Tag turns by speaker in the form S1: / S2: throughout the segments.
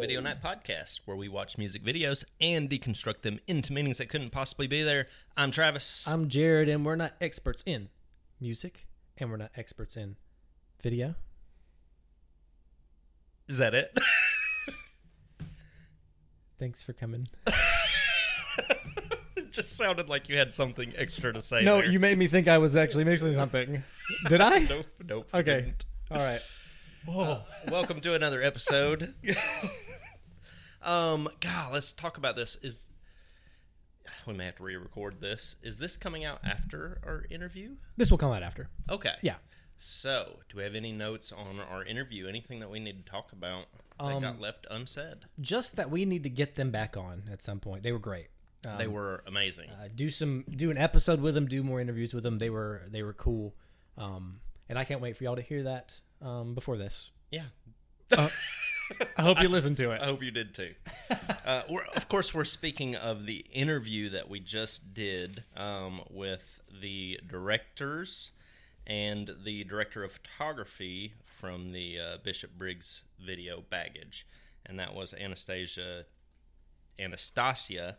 S1: Video Night podcast, where we watch music videos and deconstruct them into meanings that couldn't possibly be there. I'm Travis.
S2: I'm Jared, and we're not experts in music, and we're not experts in video.
S1: Is that it?
S2: Thanks for coming.
S1: it just sounded like you had something extra to say.
S2: No,
S1: there.
S2: you made me think I was actually mixing something. Did I?
S1: Nope. Nope. you
S2: Okay.
S1: didn't.
S2: All right.
S1: Welcome to another episode. um, God, let's talk about this. Is we may have to re-record this. Is this coming out after our interview?
S2: This will come out after.
S1: Okay.
S2: Yeah.
S1: So, do we have any notes on our interview? Anything that we need to talk about that
S2: Um,
S1: got left unsaid?
S2: Just that we need to get them back on at some point. They were great. Um,
S1: They were amazing.
S2: uh, do some do an episode with them. Do more interviews with them. They were they were cool. Um, and I can't wait for y'all to hear that um, before this.
S1: yeah.
S2: I hope you listen to it.
S1: I hope you did too. uh, we're, of course, we're speaking of the interview that we just did um, with the directors and the director of photography from the uh, Bishop Briggs video baggage. And that was Anastasia, Anastasia,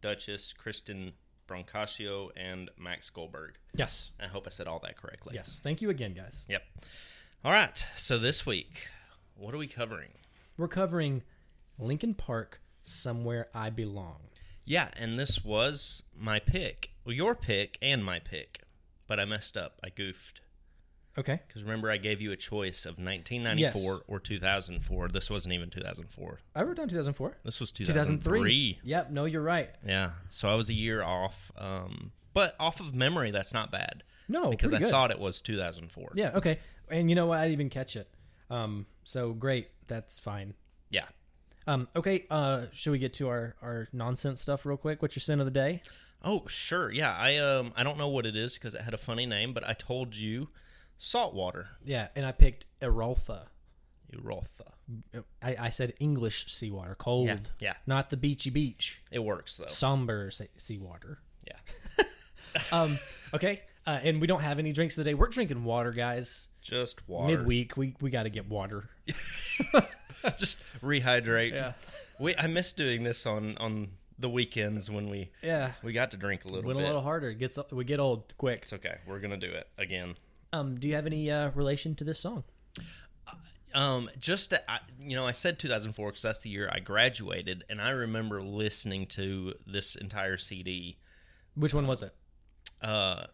S1: Duchess, Kristen Brancaccio, and Max Goldberg.
S2: Yes.
S1: I hope I said all that correctly.
S2: Yes. Thank you again, guys.
S1: Yep. All right. So this week, what are we covering?
S2: We're covering Lincoln Park, Somewhere I Belong.
S1: Yeah, and this was my pick, well, your pick, and my pick, but I messed up. I goofed
S2: Okay.
S1: because remember I gave you a choice of 1994 or 2004. This wasn't even 2004.
S2: I wrote down 2004.
S1: This was
S2: 2003.
S1: 2003.
S2: Yep. No, you're right.
S1: Yeah, so I was a year off, um, but off of memory, that's not bad.
S2: No,
S1: because I
S2: pretty good.
S1: thought it was 2004.
S2: Yeah. Okay. And you know what? I didn't even catch it. Um. So great. That's fine.
S1: Yeah.
S2: Um. Okay. Uh. Should we get to our our nonsense stuff real quick? What's your sin of the day?
S1: Oh sure, yeah. I um I don't know what it is because it had a funny name, but I told you, saltwater,
S2: Yeah. And I picked Eroltha.
S1: Urotha.
S2: I, I said English seawater, cold.
S1: Yeah, yeah.
S2: Not the beachy beach,
S1: It works though.
S2: somber se- seawater.
S1: Yeah.
S2: Um. okay. Uh, and we don't have any drinks today. We're drinking water, guys.
S1: Just water.
S2: Midweek, we we got to get water.
S1: just rehydrate.
S2: Yeah.
S1: We I miss doing this on on the weekends when we
S2: Yeah.
S1: we got to drink a little
S2: Went a
S1: bit.
S2: little harder. It Gets we get old quick.
S1: It's okay. We're gonna do it again.
S2: Um, do you have any uh, relation to this song?
S1: Um, just that I, you know, I said 2004 because that's the year I graduated, and I remember listening to this entire CD.
S2: Which one was it?
S1: Uh,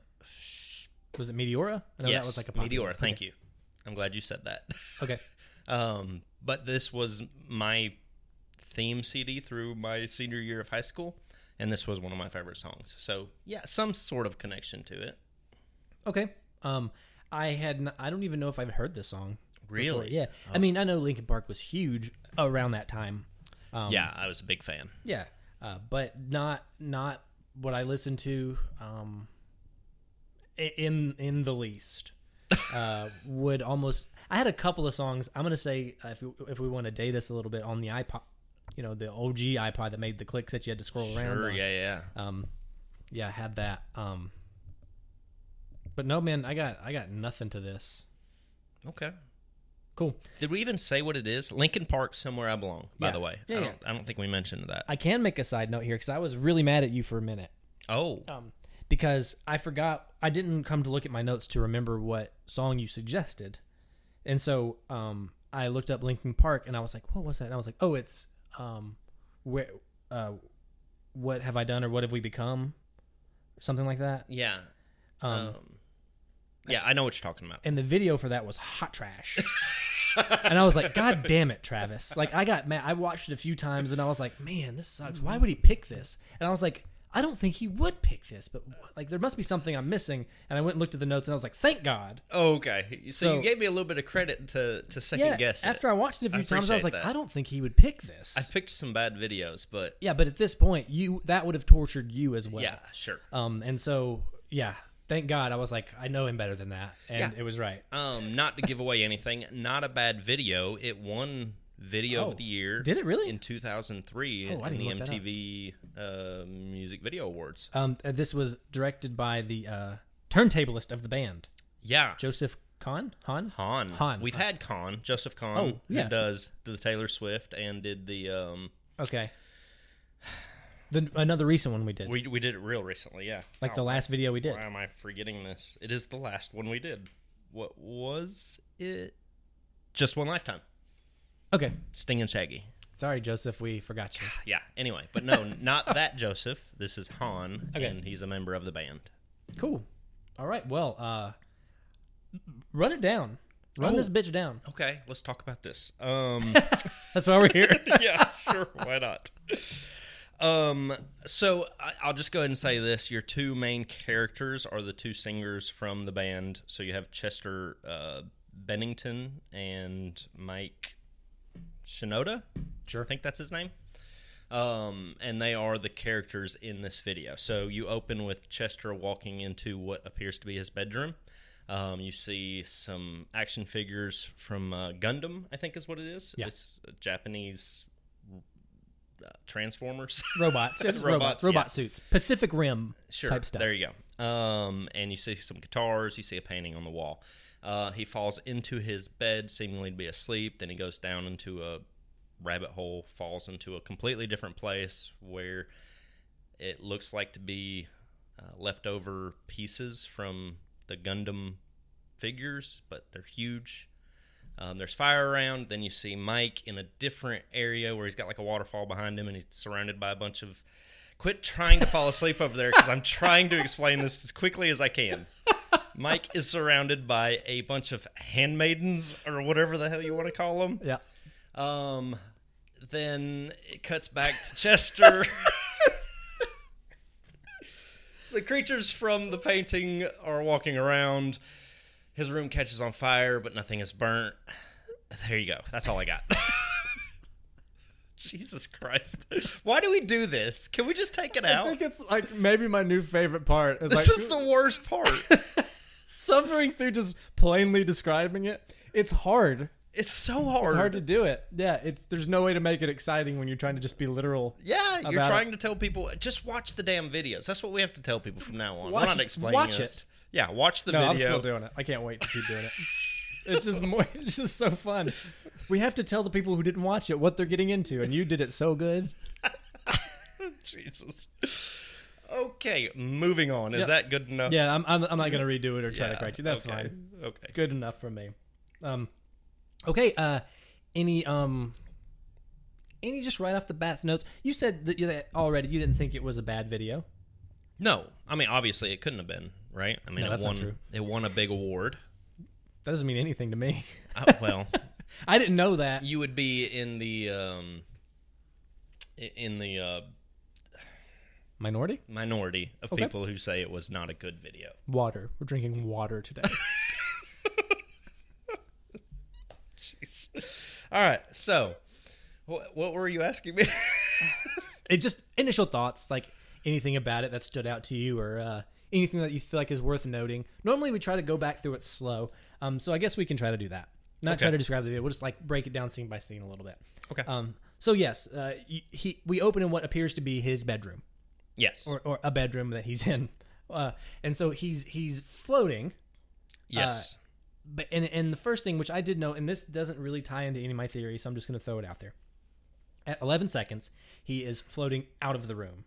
S2: Was it Meteora?
S1: yes,
S2: No, Oh, that was like a
S1: Meteor.
S2: popular-
S1: Thank you. I'm glad you said that.
S2: Okay.
S1: um, but this was my theme CD through my senior year of high school, and this was one of my favorite songs. So yeah, some sort of connection to it.
S2: Okay. Um, I had n- I don't even know if I've heard this song. before.
S1: Really? Oh.
S2: Yeah. I mean, I know Linkin Park was huge around that time. Um,
S1: Yeah, I was a big fan.
S2: Yeah. Uh, but not not what I listened to. Um, i- in in the least. uh, would almost. I had a couple of songs. I'm gonna say uh, if we, if we want to date us a little bit on the iPod, you know, the OG iPod that made the clicks that you had to scroll around.
S1: Sure,
S2: on.
S1: yeah, yeah.
S2: Um, yeah, I had that. Um, but no, man, I got I got nothing to this.
S1: Okay.
S2: Cool.
S1: Did we even say what it is? Lincoln Park, somewhere I belong. By
S2: Yeah.
S1: the way,
S2: Yeah,
S1: I,
S2: yeah.
S1: don't, I don't think we mentioned that.
S2: I can make a side note here because I was really mad at you for a minute.
S1: oh,
S2: Um, because I forgot I didn't come to look at my notes to remember what song you suggested, and so um, I looked up Linkin Park and I was like, what was that? And I was like, oh, it's um, where uh, what have I done or what have we become, something like that.
S1: yeah.
S2: Um,
S1: Um, yeah, I know what you're talking about.
S2: and the video for that was hot trash. and I was like, God damn it, Travis. Like I got mad. I watched it a few times and I was like, man, this sucks. Why would he pick this? And I was like, I don't think he would pick this, but like there must be something I'm missing. And I went and looked at the notes and I was like, thank God.
S1: Oh, okay. So, you
S2: So-
S1: gave me a little bit of credit to to second guess it.
S2: after I watched it a few times,
S1: appreciate
S2: I was like,
S1: that.
S2: I don't think he would pick this.
S1: I picked some bad videos, but
S2: yeah, but at this point, you that would have tortured you as well.
S1: yeah, sure.
S2: Um, and so yeah, thank God I was like, I know him better than that, and
S1: Yeah.
S2: it was right.
S1: Um, not to give away anything, not a bad video. It won video
S2: Oh,
S1: of the year.
S2: did it really?
S1: in 2003
S2: Oh, I
S1: in the
S2: didn't look that up.
S1: MTV uh, Music Video Awards?
S2: Um, uh, this was directed by the uh, turntablist of the band,
S1: Yeah,
S2: Joseph Khan? Han?
S1: Han. Uh,
S2: Han.
S1: We've had Khan, Joseph Khan,
S2: Oh, yeah.
S1: who does the Taylor Swift and did the um
S2: Okay. Then another recent one we did,
S1: we we did it real recently, yeah.
S2: like the
S1: Oh,
S2: last video we did.
S1: Why am I forgetting this? It is the last one we did. What was it? Just one lifetime.
S2: Okay.
S1: Sting and Shaggy.
S2: Sorry, Joseph, we forgot you.
S1: Yeah. Anyway, but no, not that Joseph. This is Han,
S2: Okay.
S1: and he's a member of the band.
S2: Cool. All right. Well, uh, run it down. Run
S1: Oh.
S2: this bitch down.
S1: Okay, let's talk about this. Um,
S2: That's why we're here.
S1: yeah, sure. Why not? Um, so I, I'll just go ahead and say this: your two main characters are the two singers from the band. So you have Chester uh, Bennington and Mike Shinoda.
S2: Sure.
S1: I think that's his name. Um, and they are the characters in this video. So you open with Chester walking into what appears to be his bedroom. Um, you see some action figures from uh, Gundam, I think is what it is.
S2: Yeah.
S1: It's a Japanese uh, Transformers.
S2: robots. It's robots.
S1: Robots,
S2: Robot
S1: yeah.
S2: suits. Pacific Rim
S1: sure.
S2: type stuff.
S1: There you go. Um, and you see some guitars. You see a painting on the wall. Uh, he falls into his bed, seemingly to be asleep. Then he goes down into a rabbit hole, falls into a completely different place where it looks like to be uh, leftover pieces from the Gundam figures, but they're huge. Um, there's fire around. Then you see Mike in a different area where he's got like a waterfall behind him, and he's surrounded by a bunch of. Quit trying to fall asleep over there because I'm trying to explain this as quickly as I can. Mike is surrounded by a bunch of handmaidens or whatever the hell you want to call them.
S2: Yeah.
S1: Um, then it cuts back to Chester. the creatures from the painting are walking around. His room catches on fire, but nothing is burnt. There you go. That's all I got. Jesus Christ. Why do we do this? Can we just take it out?
S2: it's like maybe my new favorite part
S1: this is the worst part.
S2: suffering through just plainly describing it. It's hard.
S1: It's so hard.
S2: It's hard to do it. Yeah, it's there's no way to make it exciting when you're trying to just be literal.
S1: yeah, you're
S2: about it.
S1: trying to tell people just watch the damn videos. That's what we have to tell people from now on.
S2: Watch-
S1: We're not explaining
S2: watch
S1: this.
S2: it.
S1: Yeah, watch the
S2: No,
S1: video.
S2: I'm still doing it. I can't wait to keep doing it. It's just more. It's just so fun. We have to tell the people who didn't watch it what they're getting into, and you did it so good.
S1: Jesus. Okay, moving on. Is
S2: Yep.
S1: that good enough?
S2: Yeah, I'm. I'm, I'm not gonna redo it or try to correct you. That's
S1: okay.
S2: fine.
S1: Okay.
S2: Good enough for me. Um, okay. Uh, any um, any just right off the bat's notes. You said that, that already. You didn't think it was a bad video.
S1: No, I mean obviously it couldn't have been right. I mean
S2: No,
S1: it
S2: that's not
S1: won.
S2: true.
S1: It won a big award.
S2: That doesn't mean anything to me.
S1: Uh, well,
S2: I didn't know that.
S1: you would be in the um, i- in the uh,
S2: Minority
S1: minority of
S2: Okay.
S1: people who say it was not a good video.
S2: water. We're drinking water today.
S1: Jeez. All right. So, wh- what were you asking me?
S2: it just initial thoughts like anything about it that stood out to you or uh, anything that you feel like is worth noting normally we try to go back through it slow um, so i guess we can try to do that not
S1: Okay.
S2: try to describe the video we'll just like break it down scene by scene a little bit
S1: okay.
S2: um, so yes uh, y- he, we open in what appears to be his bedroom
S1: yes.
S2: or, uh, or a bedroom that he's in uh, and so he's he's floating
S1: yes.
S2: but and, and the first thing which i did know and this doesn't really tie into any of my theories so i'm just going to throw it out there at 11 seconds he is floating out of the room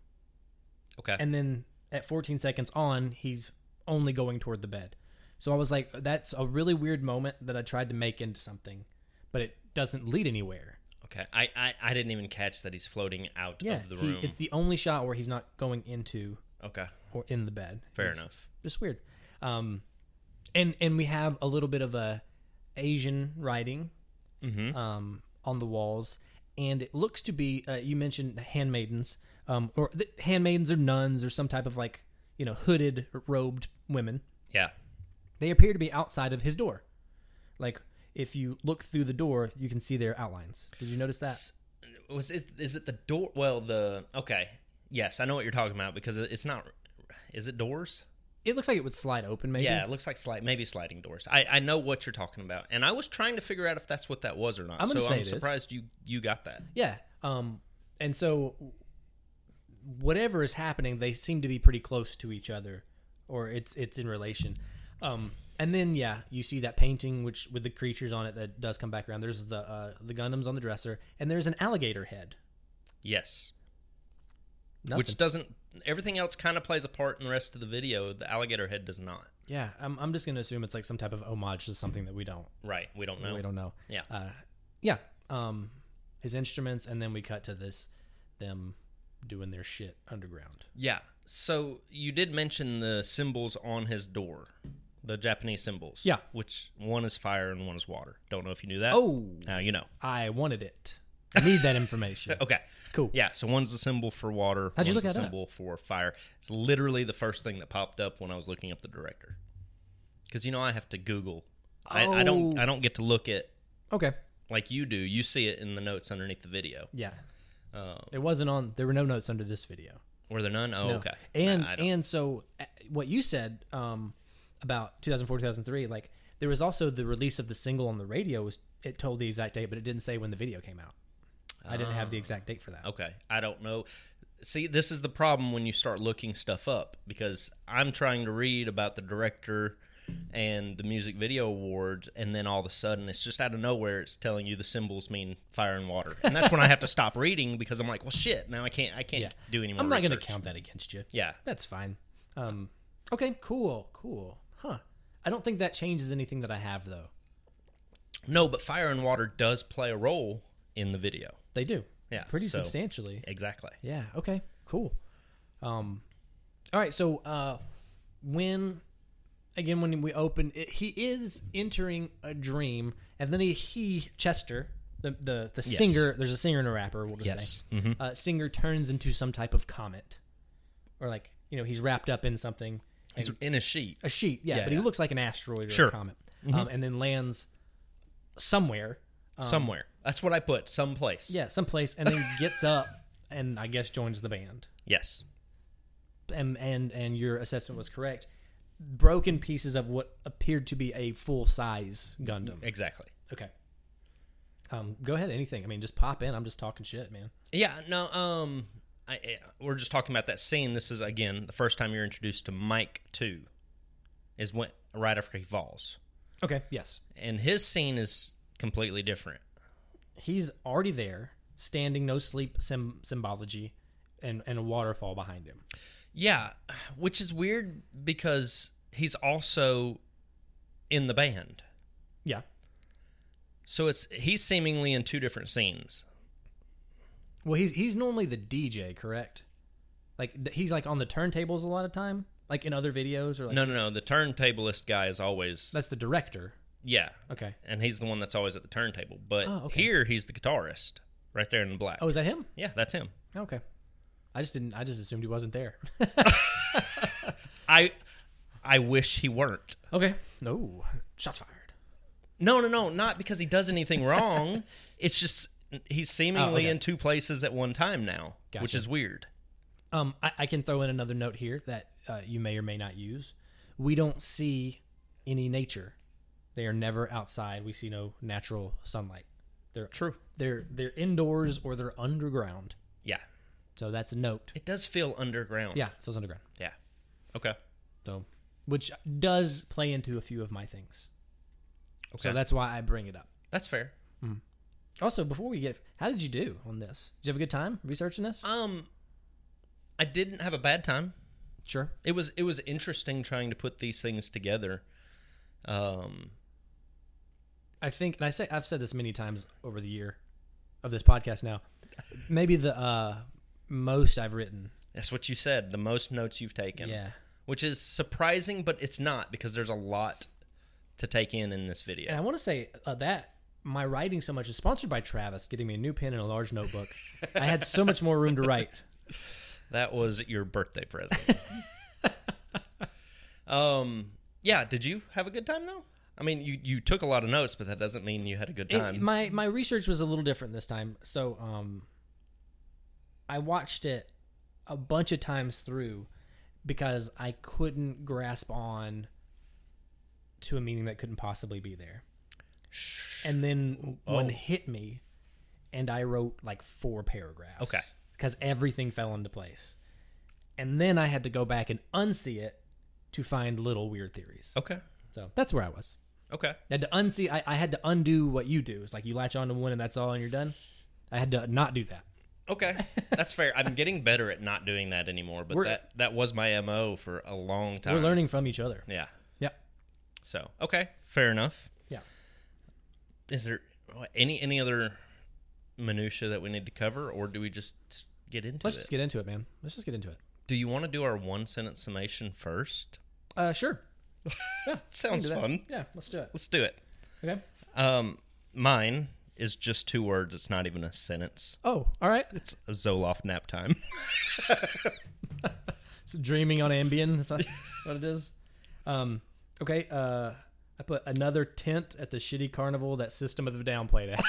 S1: okay.
S2: and then at 14 seconds on, he's only going toward the bed. So I was like, that's a really weird moment that I tried to make into something, but it doesn't lead anywhere.
S1: okay. I, I I didn't even catch that he's floating out
S2: Yeah,
S1: of the
S2: he-
S1: room.
S2: it's the only shot where he's not going into
S1: okay.
S2: or in the bed.
S1: Fair
S2: It's
S1: enough.
S2: Just weird. Um, and and we have a little bit of a Asian writing
S1: Mm-hmm.
S2: um, on the walls, and it looks to be uh, you mentioned handmaidens, um, or the handmaidens or nuns or some type of like you know hooded robed women.
S1: Yeah.
S2: They appear to be outside of his door. Like if you look through the door, you can see their outlines. Did you notice that?
S1: was is, is it the door well the okay yes i know what you're talking about because it- it's not is it doors
S2: It looks like it would slide open, maybe.
S1: yeah it looks like slide maybe sliding doors i i know what you're talking about and i was trying to figure out if that's what that was or not
S2: I'm
S1: so
S2: gonna say it
S1: i'm
S2: is.
S1: surprised you you got that
S2: Yeah. Um, and so whatever is happening, they seem to be pretty close to each other, or it's it's in relation. Um, and then yeah, you see that painting which with the creatures on it that does come back around. There's the uh, the Gundams on the dresser, and there's an alligator head.
S1: Yes.
S2: Nothing.
S1: Which doesn't. Everything else kind of plays a part in the rest of the video. The alligator head does not.
S2: yeah, I'm, I'm just gonna assume it's like some type of homage to something that we don't
S1: Right. We don't know.
S2: we don't know.
S1: Yeah.
S2: uh, yeah. Um, his instruments, and then we cut to this them doing their shit underground.
S1: Yeah. So you did mention the symbols on his door, the Japanese symbols.
S2: Yeah.
S1: Which one is fire and one is water. Don't know if you knew that.
S2: Oh,
S1: Now you know.
S2: I wanted it. I need that information.
S1: Okay.
S2: Cool.
S1: Yeah. So one's the symbol for water.
S2: How'd you
S1: one's
S2: look
S1: the
S2: that up?
S1: symbol for fire. It's literally the first thing that popped up when I was looking up the director. Because you know I have to Google. I, I don't.
S2: Oh.
S1: I don't get to look at
S2: Okay.
S1: like you do. You see it in the notes underneath the video.
S2: Yeah.
S1: Uh,
S2: It wasn't on. There were no notes under this video.
S1: were there none? Oh,
S2: No.
S1: okay.
S2: And
S1: I, I don't-
S2: and so uh, what you said um, about 2004 2003, like there was also the release of the single on the radio. Was it told the exact date, but it didn't say when the video came out. I didn't have the exact date for that.
S1: Ah. Okay. I don't know. See, this is the problem when you start looking stuff up because I'm trying to read about the director and the music video awards, and then all of a sudden it's just out of nowhere it's telling you the symbols mean fire and water, and that's when I have to stop reading because I'm like, well, shit, now I can't, I can't
S2: Yeah.
S1: do any more.
S2: I'm not going to
S1: research.
S2: count that against you.
S1: Yeah,
S2: That's fine. Um, okay, cool, cool. Huh. I don't think that changes anything that I have though.
S1: no, but fire and water does play a role in the video.
S2: They do.
S1: Yeah,
S2: Pretty
S1: so-
S2: substantially.
S1: Exactly.
S2: Yeah. Okay. Cool. Um, all right. So uh, when again when we open, it, he is entering a dream, and then he, he Chester, the the, the
S1: Yes.
S2: singer. There's a singer and a rapper. We'll just
S1: Yes. Mm-hmm.
S2: say uh, singer turns into some type of comet, or like you know he's wrapped up in something,
S1: He's in a sheet.
S2: a sheet. Yeah,
S1: Yeah,
S2: but
S1: yeah.
S2: he looks like an asteroid or
S1: Sure.
S2: a comet, um, and then lands somewhere.
S1: somewhere. That's what I put. Someplace.
S2: Um, Yeah, someplace, and then gets up and I guess joins the band.
S1: Yes.
S2: and and and your assessment was correct. Broken pieces of what appeared to be a full size Gundam.
S1: Exactly.
S2: Okay. Um, go ahead. Anything. I mean, just pop in. I'm just talking shit, man.
S1: Yeah, no, um, I, I, we're just talking about that scene. This is again the first time you're introduced to Mike Two, is when right after he falls,
S2: Okay. Yes.
S1: and his scene is completely different.
S2: He's already there, standing, no sleep sim- symbology, and and a waterfall behind him.
S1: Yeah, which is weird because he's also in the band,
S2: Yeah.
S1: so it's he's seemingly in two different scenes.
S2: Well, he's he's normally the DJ, correct? Like th- he's like on the turntables a lot of time, like in other videos or like
S1: No, no, no. The turntablist guy is always
S2: that's the director.
S1: yeah,
S2: Okay.
S1: and he's the one that's always at the turntable. But
S2: Oh, okay.
S1: here he's the guitarist, right there in the black.
S2: Oh, is that him?
S1: yeah, that's him.
S2: Okay. I just didn't. I just assumed he wasn't there.
S1: I I wish he weren't.
S2: Okay. No. Shots fired.
S1: No, no, no, not because he does anything wrong. it's just he's seemingly
S2: okay.
S1: in two places at one time now, which
S2: Gotcha.
S1: is weird.
S2: Um, I, I can throw in another note here that uh, you may or may not use. We don't see any nature. They are never outside. We see no natural sunlight. They're
S1: True.
S2: they're they're indoors or they're underground.
S1: Yeah.
S2: So that's a note.
S1: It does feel underground.
S2: Yeah, feels underground.
S1: Yeah. Okay.
S2: So which does play into a few of my things. So that's why I bring it up.
S1: that's fair.
S2: Also, before we get, how did you do on this? Did you have a good time researching this?
S1: Um I didn't have a bad time.
S2: sure.
S1: It was it was interesting trying to put these things together. Um
S2: I think, and I say I've said this many times over the year of this podcast. Now, maybe the uh, most I've written.
S1: that's what you said, the most notes you've taken.
S2: Yeah,
S1: Which is surprising, but it's not because there's a lot to take in in this video.
S2: and I want to say uh, that my writing so much is sponsored by Travis getting me a new pen and a large notebook. I had so much more room to write.
S1: That was your birthday present. um, yeah. Did you have a good time though? I mean, you you took a lot of notes, but that doesn't mean you had a good
S2: It-
S1: time.
S2: my my research was a little different this time, so um, I watched it a bunch of times through because I couldn't grasp on to a meaning that couldn't possibly be there. And then one
S1: Oh.
S2: hit me, and I wrote like four paragraphs.
S1: Okay.
S2: because everything fell into place, and then I had to go back and unsee it to find little weird theories.
S1: okay.
S2: So that's where I was.
S1: Okay.
S2: I had to unsee. I, I had to undo what you do. It's like you latch on to one and that's all, and you're done. I had to not do that.
S1: Okay. That's fair. I'm getting better at not doing that anymore, but
S2: We're-
S1: that that was my MO for a long time.
S2: We're learning from each other.
S1: Yeah.
S2: Yeah,
S1: So, okay. Fair enough.
S2: yeah.
S1: Is there any any other minutia that we need to cover or do we just get into
S2: Let's
S1: it?
S2: just get into it, man. Let's just get into it.
S1: do you want to do our one sentence summation first?
S2: Uh, sure.
S1: Sounds
S2: Do that.
S1: fun.
S2: Yeah, let's do it.
S1: Let's do it.
S2: Okay.
S1: Um mine is just two words. It's not even a sentence.
S2: Oh, all right.
S1: It's a Zoloft nap time.
S2: It's dreaming on Ambien. Is that what it is? Um, okay. Uh, I put another tent at the shitty carnival that System of a Down played at.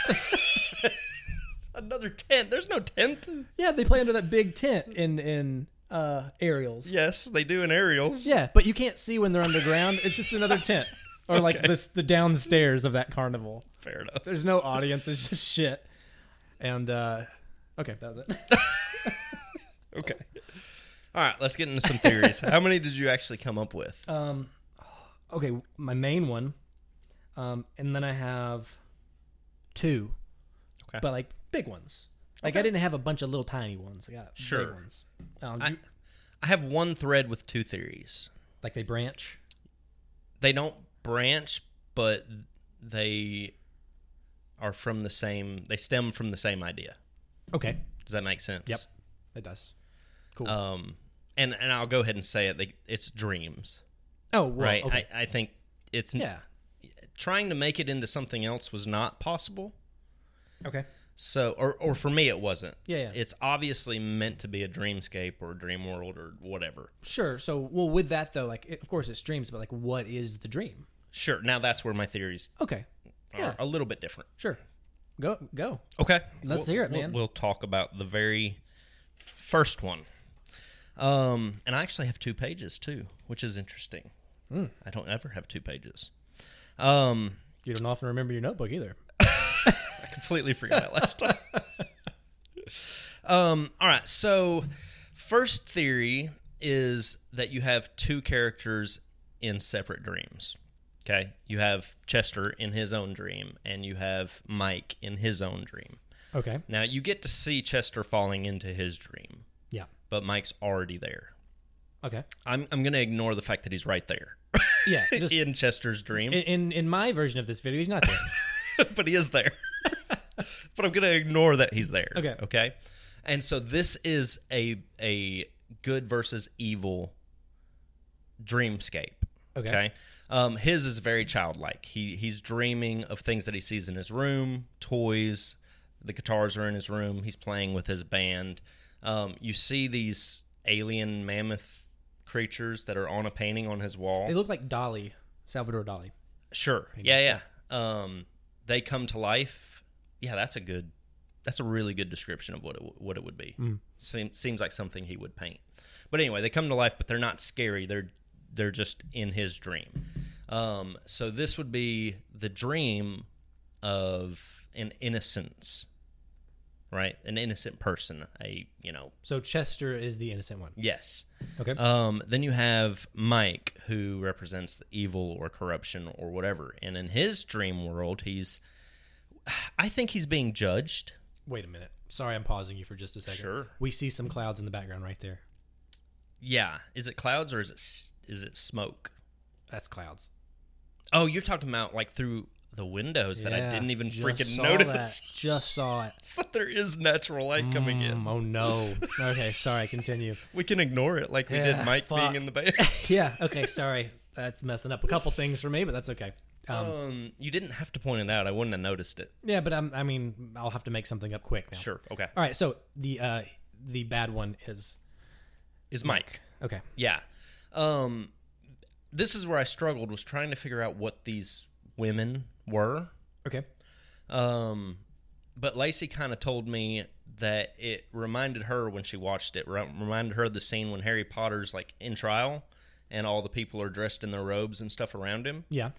S1: Another tent. There's no tent.
S2: yeah, they play under that big tent in in uh, aerials.
S1: Yes, they do in aerials.
S2: Yeah, but you can't see when they're underground. It's just another tent, or like this the downstairs of that carnival.
S1: Fair enough.
S2: There's no audience. It's just shit. And uh, okay, that was it.
S1: Okay. All right, let's get into some theories. How many did you actually come up with?
S2: Um, okay, my main one, um, and then I have two,
S1: Okay.
S2: but like big ones. Like I
S1: Okay.
S2: didn't have a bunch of little tiny ones. I got
S1: Sure.
S2: big ones. Um,
S1: I-
S2: you-
S1: I have one thread with two theories.
S2: like they branch.
S1: They don't branch, but they are from the same. They stem from the same idea.
S2: Okay,
S1: Does that make sense?
S2: Yep. it does. Cool.
S1: Um, and and I'll go ahead and say it. They, it's dreams,
S2: oh, well,
S1: right?
S2: Okay.
S1: I, I think it's
S2: yeah.
S1: trying to make it into something else was not possible.
S2: Okay.
S1: So, or, or for me, it wasn't.
S2: Yeah, yeah.
S1: It's obviously meant to be a dreamscape or a dream world or whatever.
S2: Sure. So, well, with that though, like it, of course it's dreams, but like what is the dream?
S1: Sure. Now that's where my theories
S2: Okay.
S1: are
S2: Yeah.
S1: a little bit different.
S2: Sure. Go go.
S1: Okay.
S2: Let's
S1: We'll-
S2: hear it,
S1: we'll-
S2: man.
S1: We'll, talk about the very first one. Um, and I actually have two pages too, which is interesting.
S2: Hmm.
S1: I don't ever have two pages. Um,
S2: You don't often remember your notebook either.
S1: I completely forgot it last time. um, all right. So, first theory is that you have two characters in separate dreams. Okay. You have Chester in his own dream, and you have Mike in his own dream.
S2: Okay.
S1: Now, you get to see Chester falling into his dream,
S2: Yeah.
S1: but Mike's already there.
S2: Okay.
S1: I'm, I'm going to ignore the fact that he's right there
S2: Yeah. Just
S1: in Chester's dream,
S2: in, in in my version of this video, he's not there.
S1: but he is there. but I'm going to ignore that he's there.
S2: Okay.
S1: Okay. And so this is a a good versus evil dreamscape.
S2: Okay.
S1: Okay. Um, his is very childlike. He he's dreaming of things that he sees in his room, toys. The guitars are in his room. He's playing with his band. Um, you see these alien mammoth creatures that are on a painting on his wall.
S2: They look like Dolly, Salvador Dali.
S1: sure. Yeah, yeah. Um, they come to life. Yeah, that's a good. That's a really good description of what it, w- what it would be. Seem, seems like something he would paint. But anyway, they come to life, but they're not scary. They're they're just in his dream. Um, so this would be the dream of an innocence, right? An innocent person. A you know
S2: So Chester is the innocent one.
S1: yes.
S2: Okay.
S1: Um, then you have Mike, who represents the evil or corruption or whatever. And in his dream world, he's. I think he's being judged.
S2: Wait a minute. Sorry, I'm pausing you for just a second.
S1: Sure.
S2: We see some clouds in the background right there.
S1: Yeah. Is it clouds or is it s- is it smoke?
S2: That's clouds.
S1: Oh, you're talking about like through the windows that I
S2: Yeah,
S1: didn't even
S2: just
S1: freaking
S2: saw
S1: notice.
S2: that. Just saw it.
S1: so there is natural light coming in.
S2: Mm, oh no. Okay. Sorry. Continue.
S1: We can ignore it like we
S2: Yeah,
S1: did Mike
S2: fuck.
S1: being in the bay.
S2: yeah. Okay. Sorry. That's messing up a couple things for me, but that's okay. Um,
S1: um, you didn't have to point it out. I wouldn't have noticed it.
S2: yeah, but I'm, I mean, I'll have to make something up quick now.
S1: Sure. Okay.
S2: All right. So the uh, the bad one is
S1: Is Mike?
S2: okay.
S1: Yeah. Um this is where I struggled was trying to figure out what these women were.
S2: Okay.
S1: Um but Lacey kind of told me that it reminded her when she watched it, re- reminded her of the scene when Harry Potter's like in trial and all the people are dressed in their robes and stuff around him.
S2: Yeah.
S1: I-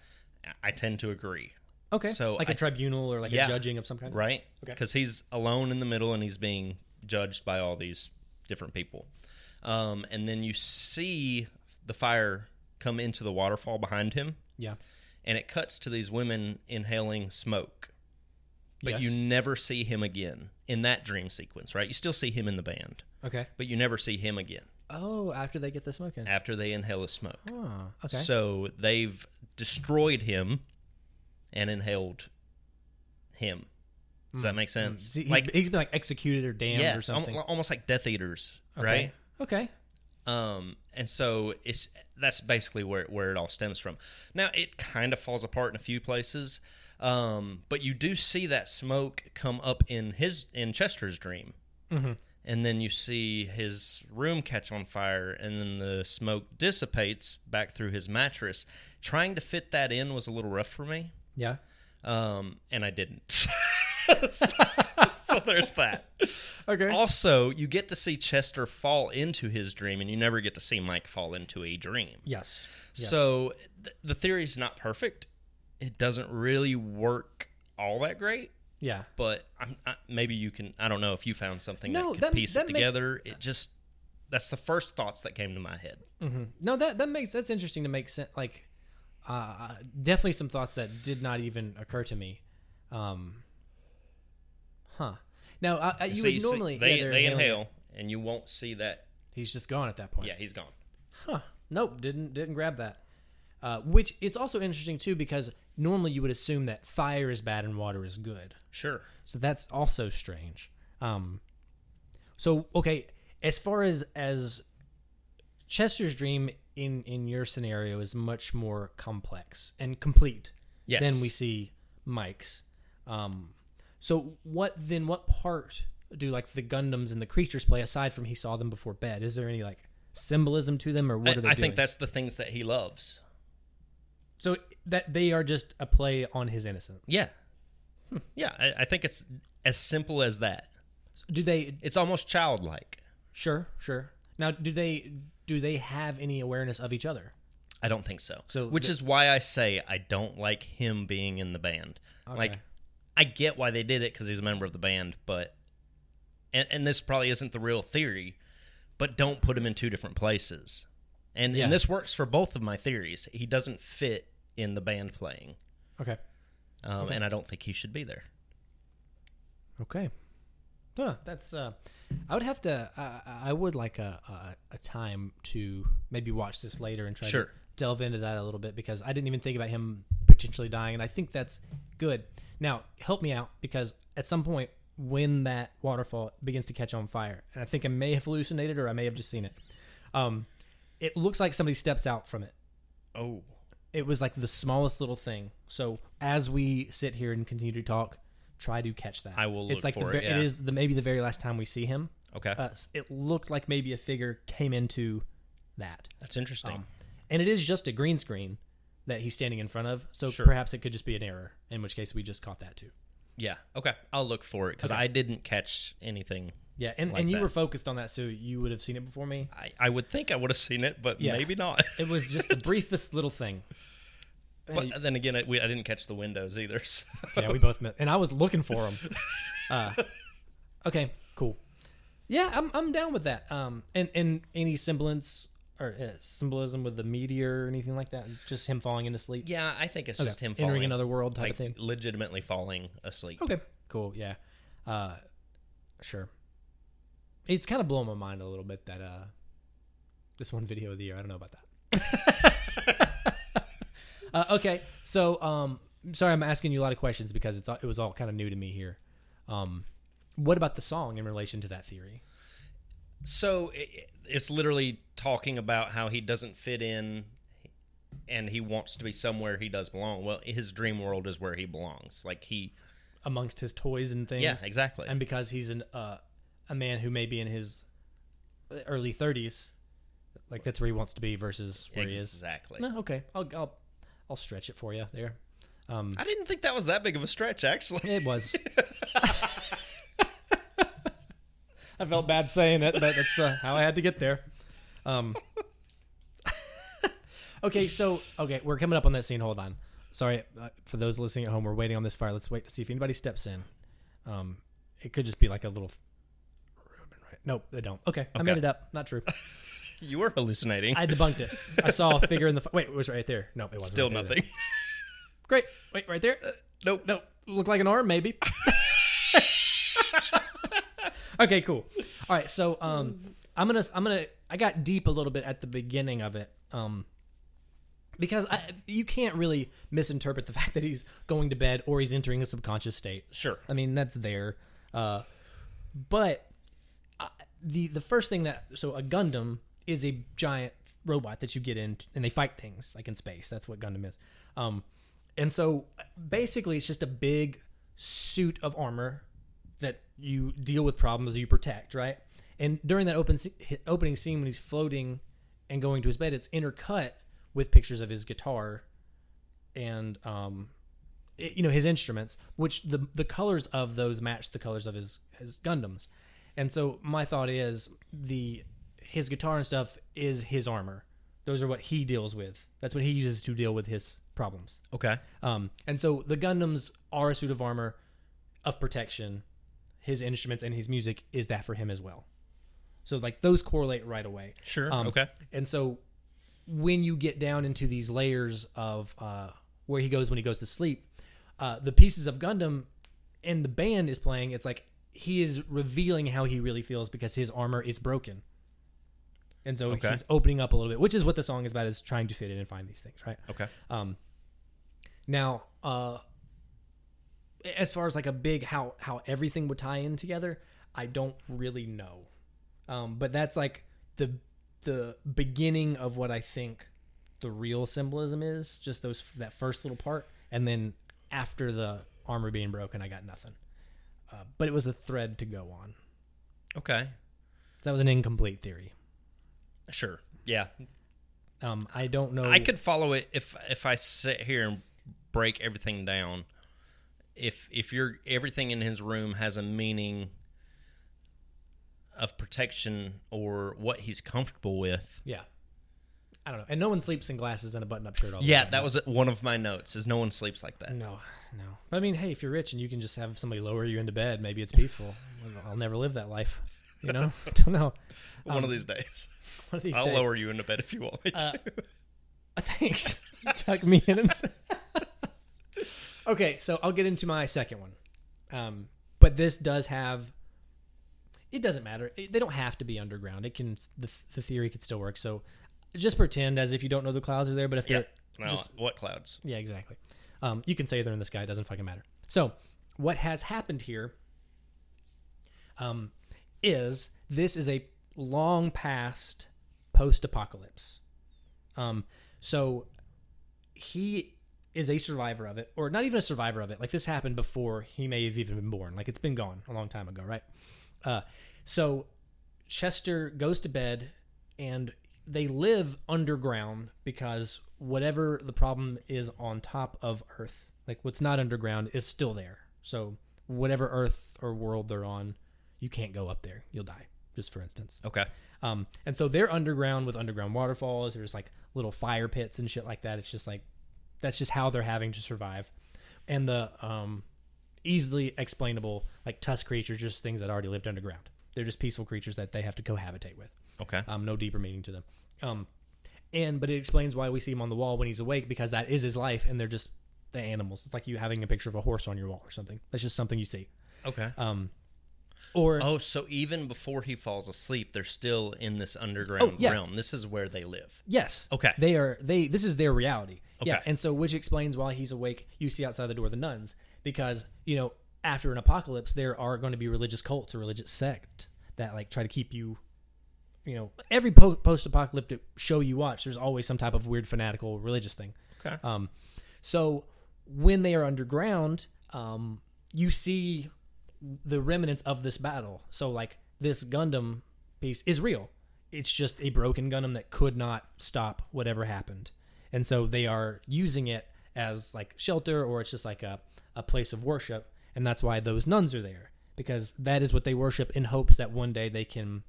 S1: I tend to agree,
S2: Okay.
S1: So
S2: like a
S1: I-
S2: tribunal or like
S1: Yeah.
S2: a judging of some kind.
S1: right?
S2: Okay.
S1: Because he's alone in the middle and he's being judged by all these different people. Um, and then you see the fire come into the waterfall behind him.
S2: Yeah.
S1: and it cuts to these women inhaling smoke. But
S2: Yes.
S1: you never see him again in that dream sequence, right? You still see him in the band,
S2: Okay.
S1: but you never see him again
S2: Oh, after they get the smoke in.
S1: after they inhale the smoke.
S2: Oh, okay.
S1: So they've destroyed him and inhaled him. Does that make sense?
S2: See, Hmm. he's,
S1: like
S2: he's been like executed or damned
S1: yes,
S2: or
S1: al-
S2: something.
S1: almost like Death Eaters,
S2: okay.
S1: right?
S2: Okay.
S1: Um, and so it's that's basically where where it all stems from. Now it kind of falls apart in a few places, um, but you do see that smoke come up in his in Chester's dream, and then you see his room catch on fire, and then the smoke dissipates back through his mattress. Trying to fit that in was a little rough for me,
S2: Yeah.
S1: um, and I didn't. so, so there's that.
S2: Okay.
S1: Also, you get to see Chester fall into his dream, and you never get to see Mike fall into a dream.
S2: yes. Yes.
S1: So th- the theory is not perfect. It doesn't really work all that great,
S2: yeah.
S1: but I'm, I, maybe you can. I don't know if you found something
S2: No,
S1: that could
S2: that-
S1: piece
S2: that
S1: it
S2: make-
S1: together. it just that's the first thoughts that came to my head.
S2: No, that that makes that's interesting to make sense. Like, uh, definitely some thoughts that did not even occur to me. Um, huh. Now uh, uh, you
S1: So
S2: would
S1: see-
S2: normally
S1: they,
S2: yeah, they're
S1: they
S2: inhaling.
S1: inhale, and you won't see that.
S2: He's just gone at that point.
S1: Yeah, he's gone.
S2: Huh. Nope. Didn't didn't grab that. Uh, which it's also interesting too because normally you would assume that fire is bad and water is good.
S1: Sure.
S2: So that's also strange. Um, so okay, as far as as Chester's dream in in your scenario is much more complex and complete
S1: Yes.
S2: than we see Mike's. Um, so what then? What part do like the Gundams and the creatures play aside from he saw them before bed? Is there any like symbolism to them or what
S1: I,
S2: are they
S1: I
S2: doing?
S1: think that's the things that he loves.
S2: so that they are just a play on his innocence.
S1: Yeah. Hmm. Yeah, I, I think it's as simple as that.
S2: Do they
S1: It's almost childlike.
S2: Sure, sure. Now, do they do they have any awareness of each other?
S1: I don't think so.
S2: So
S1: Which
S2: the-
S1: is why I say I don't like him being in the band. Like,
S2: Okay.
S1: I get why they did it because he's a member of the band, but. And, and this probably isn't the real theory, but don't put him in two different places. And,
S2: Yeah.
S1: and this works for both of my theories. He doesn't fit in the band playing,
S2: Okay.
S1: um, and I don't think he should be there.
S2: Okay. Huh. That's. Uh, I would have to. I I would like a, a a time to maybe watch this later and try to
S1: Sure.
S2: delve into that a little bit because I didn't even think about him potentially dying, and I think that's good. Now, help me out because at some point when that waterfall begins to catch on fire, and I think I may have hallucinated or I may have just seen it. Um, it looks like somebody steps out from it.
S1: Oh.
S2: it was like the smallest little thing. So as we sit here and continue to talk, try to catch that.
S1: I will
S2: It's
S1: look
S2: like
S1: for
S2: the
S1: it,
S2: ver-
S1: yeah.
S2: it is the maybe the very last time we see him.
S1: Okay.
S2: Uh, s- it looked like maybe a figure came into that,
S1: That's interesting.
S2: and it is just a green screen that he's standing in front of. So
S1: Sure.
S2: perhaps it could just be an error, in which case we just caught that too.
S1: yeah. Okay. I'll look for it because I didn't catch anything
S2: Yeah, and,
S1: Like
S2: and you
S1: that.
S2: were focused on that, so you would have seen it before me.
S1: I, I would think I would have seen it, but
S2: Yeah.
S1: maybe not.
S2: It was just the briefest little thing.
S1: but then again, I, we, I didn't catch the windows either. so-
S2: yeah, we both met, and I was looking for him. Uh, okay, cool. Yeah, I'm I'm down with that. Um, and and any semblance or uh, symbolism with the meteor or anything like that, just him falling into sleep,
S1: yeah, I think it's just him falling,
S2: entering another world type
S1: like
S2: of thing.
S1: legitimately falling asleep.
S2: Okay, cool. Yeah, uh, sure. It's kind of blowing my mind a little bit that uh, this one video of the year. I don't know about that. uh, okay, so um, sorry, I'm asking you a lot of questions because it's all- it was all kind of new to me here. Um, what about the song in relation to that theory?
S1: So it, it's literally talking about how he doesn't fit in, and he wants to be somewhere he does belong. Well, his dream world is where he belongs. Like he,
S2: Amongst his toys and things,
S1: yeah, exactly.
S2: and because he's an uh, a man who may be in his early 30s, like that's where he wants to be versus where he is.
S1: exactly.
S2: No, Eh, okay. I'll I'll I'll stretch it for you there. Um,
S1: I didn't think that was that big of a stretch, actually.
S2: it was. I felt bad saying it, but that's uh, how I had to get there. Um, okay, so okay, we're coming up on that scene. Hold on. Sorry uh, for those listening at home. We're waiting on this fire. Let's wait to see if anybody steps in. Um, it could just be like a little. Right? Nope, they don't. Okay, I made
S1: Okay.
S2: it up. Not true.
S1: You were hallucinating.
S2: I debunked it. I saw a figure in the. Wait, it was right there. No, it wasn't.
S1: Still
S2: right there
S1: nothing.
S2: then. Great. Wait, right there.
S1: nope.
S2: No, look like an arm, maybe. okay, cool. All right, so um, I'm gonna I'm gonna I got deep a little bit at the beginning of it, um, because I, you can't really misinterpret the fact that he's going to bed or he's entering a subconscious state.
S1: Sure.
S2: I mean that's there, uh, but I, the the first thing that so a Gundam is a giant robot that you get in and they fight things like in space. That's what Gundam is. Um, and so basically, it's just a big suit of armor that you deal with problems you protect, right? And during that open se- opening scene when he's floating and going to his bed, it's intercut with pictures of his guitar and um, it- you know his instruments, which the the colors of those match the colors of his his Gundams, and so my thought is the his guitar and stuff is his armor. Those are what he deals with. That's what he uses to deal with his problems.
S1: Okay.
S2: Um, and so the Gundams are a suit of armor of protection. His instruments and his music is that for him as well. So like those correlate right away.
S1: Sure.
S2: Um,
S1: okay.
S2: And so when you get down into these layers of uh, where he goes when he goes to sleep, uh, the pieces of Gundam and the band is playing. It's like he is revealing how he really feels because his armor is broken. And so
S1: Okay.
S2: he's opening up a little bit, which is what the song is about, is trying to fit in and find these things, right?
S1: Okay.
S2: Um, now, uh, as far as like a big how how everything would tie in together, I don't really know. Um, but that's like the the beginning of what I think the real symbolism is. Just those that first little part, and then after the armor being broken, I got nothing. Uh, but it was a thread to go on.
S1: Okay.
S2: So that was an incomplete theory.
S1: Sure. Yeah.
S2: Um, I don't know.
S1: I could follow it if if I sit here and break everything down. If if your everything in his room has a meaning of protection or what he's comfortable with.
S2: Yeah. I don't know. And no one sleeps in glasses and a button-up shirt all the
S1: Yeah,
S2: time.
S1: that was one of my notes. Is no one sleeps like that.
S2: No, no. But I mean, hey, if you're rich and you can just have somebody lower you into bed, maybe it's peaceful. I'll never live that life. You know? don't know.
S1: One of these days,
S2: One of these
S1: I'll
S2: days.
S1: lower you into bed if you want me to.
S2: Thanks. Tuck me in. And... okay, so I'll get into my second one. Um, but this does have. It doesn't matter. It, they don't have to be underground. It can the, the theory could still work. So just pretend as if you don't know the clouds are there. But if
S1: yeah. No,
S2: they're just-
S1: what clouds?
S2: Yeah, exactly. Um, you can say they're in the sky. It doesn't fucking matter. So, what has happened here um, is this is a long past post apocalypse. Um, so, he is a survivor of it, or not even a survivor of it. Like, this happened before he may have even been born. Like, it's been gone a long time ago, right? Uh, so, Chester goes to bed and they live underground because whatever the problem is on top of Earth, like what's not underground, is still there. So whatever Earth or world they're on, you can't go up there. You'll die, just for instance.
S1: Okay.
S2: Um, and so they're underground with underground waterfalls. There's like little fire pits and shit like that. It's just like that's just how they're having to survive. And the um, easily explainable like tusk creatures, just things that already lived underground. They're just peaceful creatures that they have to cohabitate with
S1: Okay.
S2: um, no deeper meaning to them. Um, and but it explains why we see him on the wall when he's awake because that is his life, and they're just the animals. It's like you having a picture of a horse on your wall or something. That's just something you see.
S1: Okay.
S2: Um, or
S1: Oh, so even before he falls asleep, they're still in this underground
S2: Oh, yeah.
S1: realm. This is where they live.
S2: yes,
S1: Okay.
S2: they are they. This is their reality. Yeah,
S1: Okay.
S2: and so which explains why he's awake. You see outside the door the nuns because you know after an apocalypse there are going to be religious cults or religious sect that like try to keep you. You know, every po- post-apocalyptic show you watch, there's always some type of weird fanatical religious thing.
S1: Okay.
S2: Um, so when they are underground, um, you see the remnants of this battle. So like this Gundam piece is real. It's just a broken Gundam that could not stop whatever happened, and so they are using it as like shelter, or it's just like a a place of worship, and that's why those nuns are there because that is what they worship in hopes that one day they can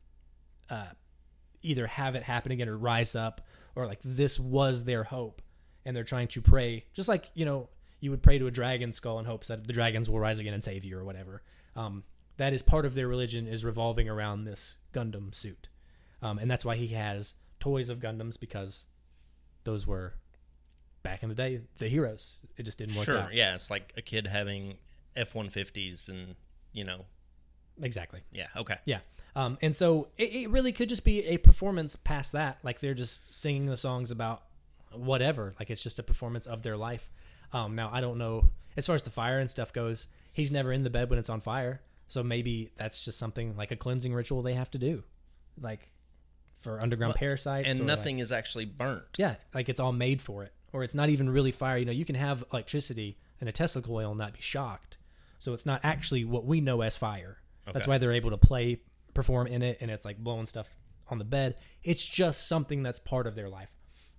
S2: either have it happen again or rise up or like this was their hope and they're trying to pray just like you know you would pray to a dragon skull in hopes that the dragons will rise again and save you or whatever um, that is part of their religion is revolving around this gundam suit um, and that's why he has toys of Gundams because those were back in the day the heroes. It just didn't work
S1: sure.
S2: out.
S1: Yeah, it's like a kid having F one fifties and you know,
S2: Exactly.
S1: yeah, okay.
S2: Yeah. Um, and so it, it really could just be a performance past that. Like they're just singing the songs about whatever. Like it's just a performance of their life. Um, now, I don't know. As far as the fire and stuff goes, he's never in the bed when it's on fire. So maybe that's just something like a cleansing ritual they have to do. Like for underground parasites.
S1: And
S2: or, like-
S1: nothing is actually burnt.
S2: yeah. Like it's all made for it. Or it's not even really fire. You know, you can have electricity and a Tesla coil and not be shocked. So it's not actually what we know as fire. That's
S1: Okay.
S2: why they're able to play, perform in it, and it's like blowing stuff on the bed. It's just something that's part of their life.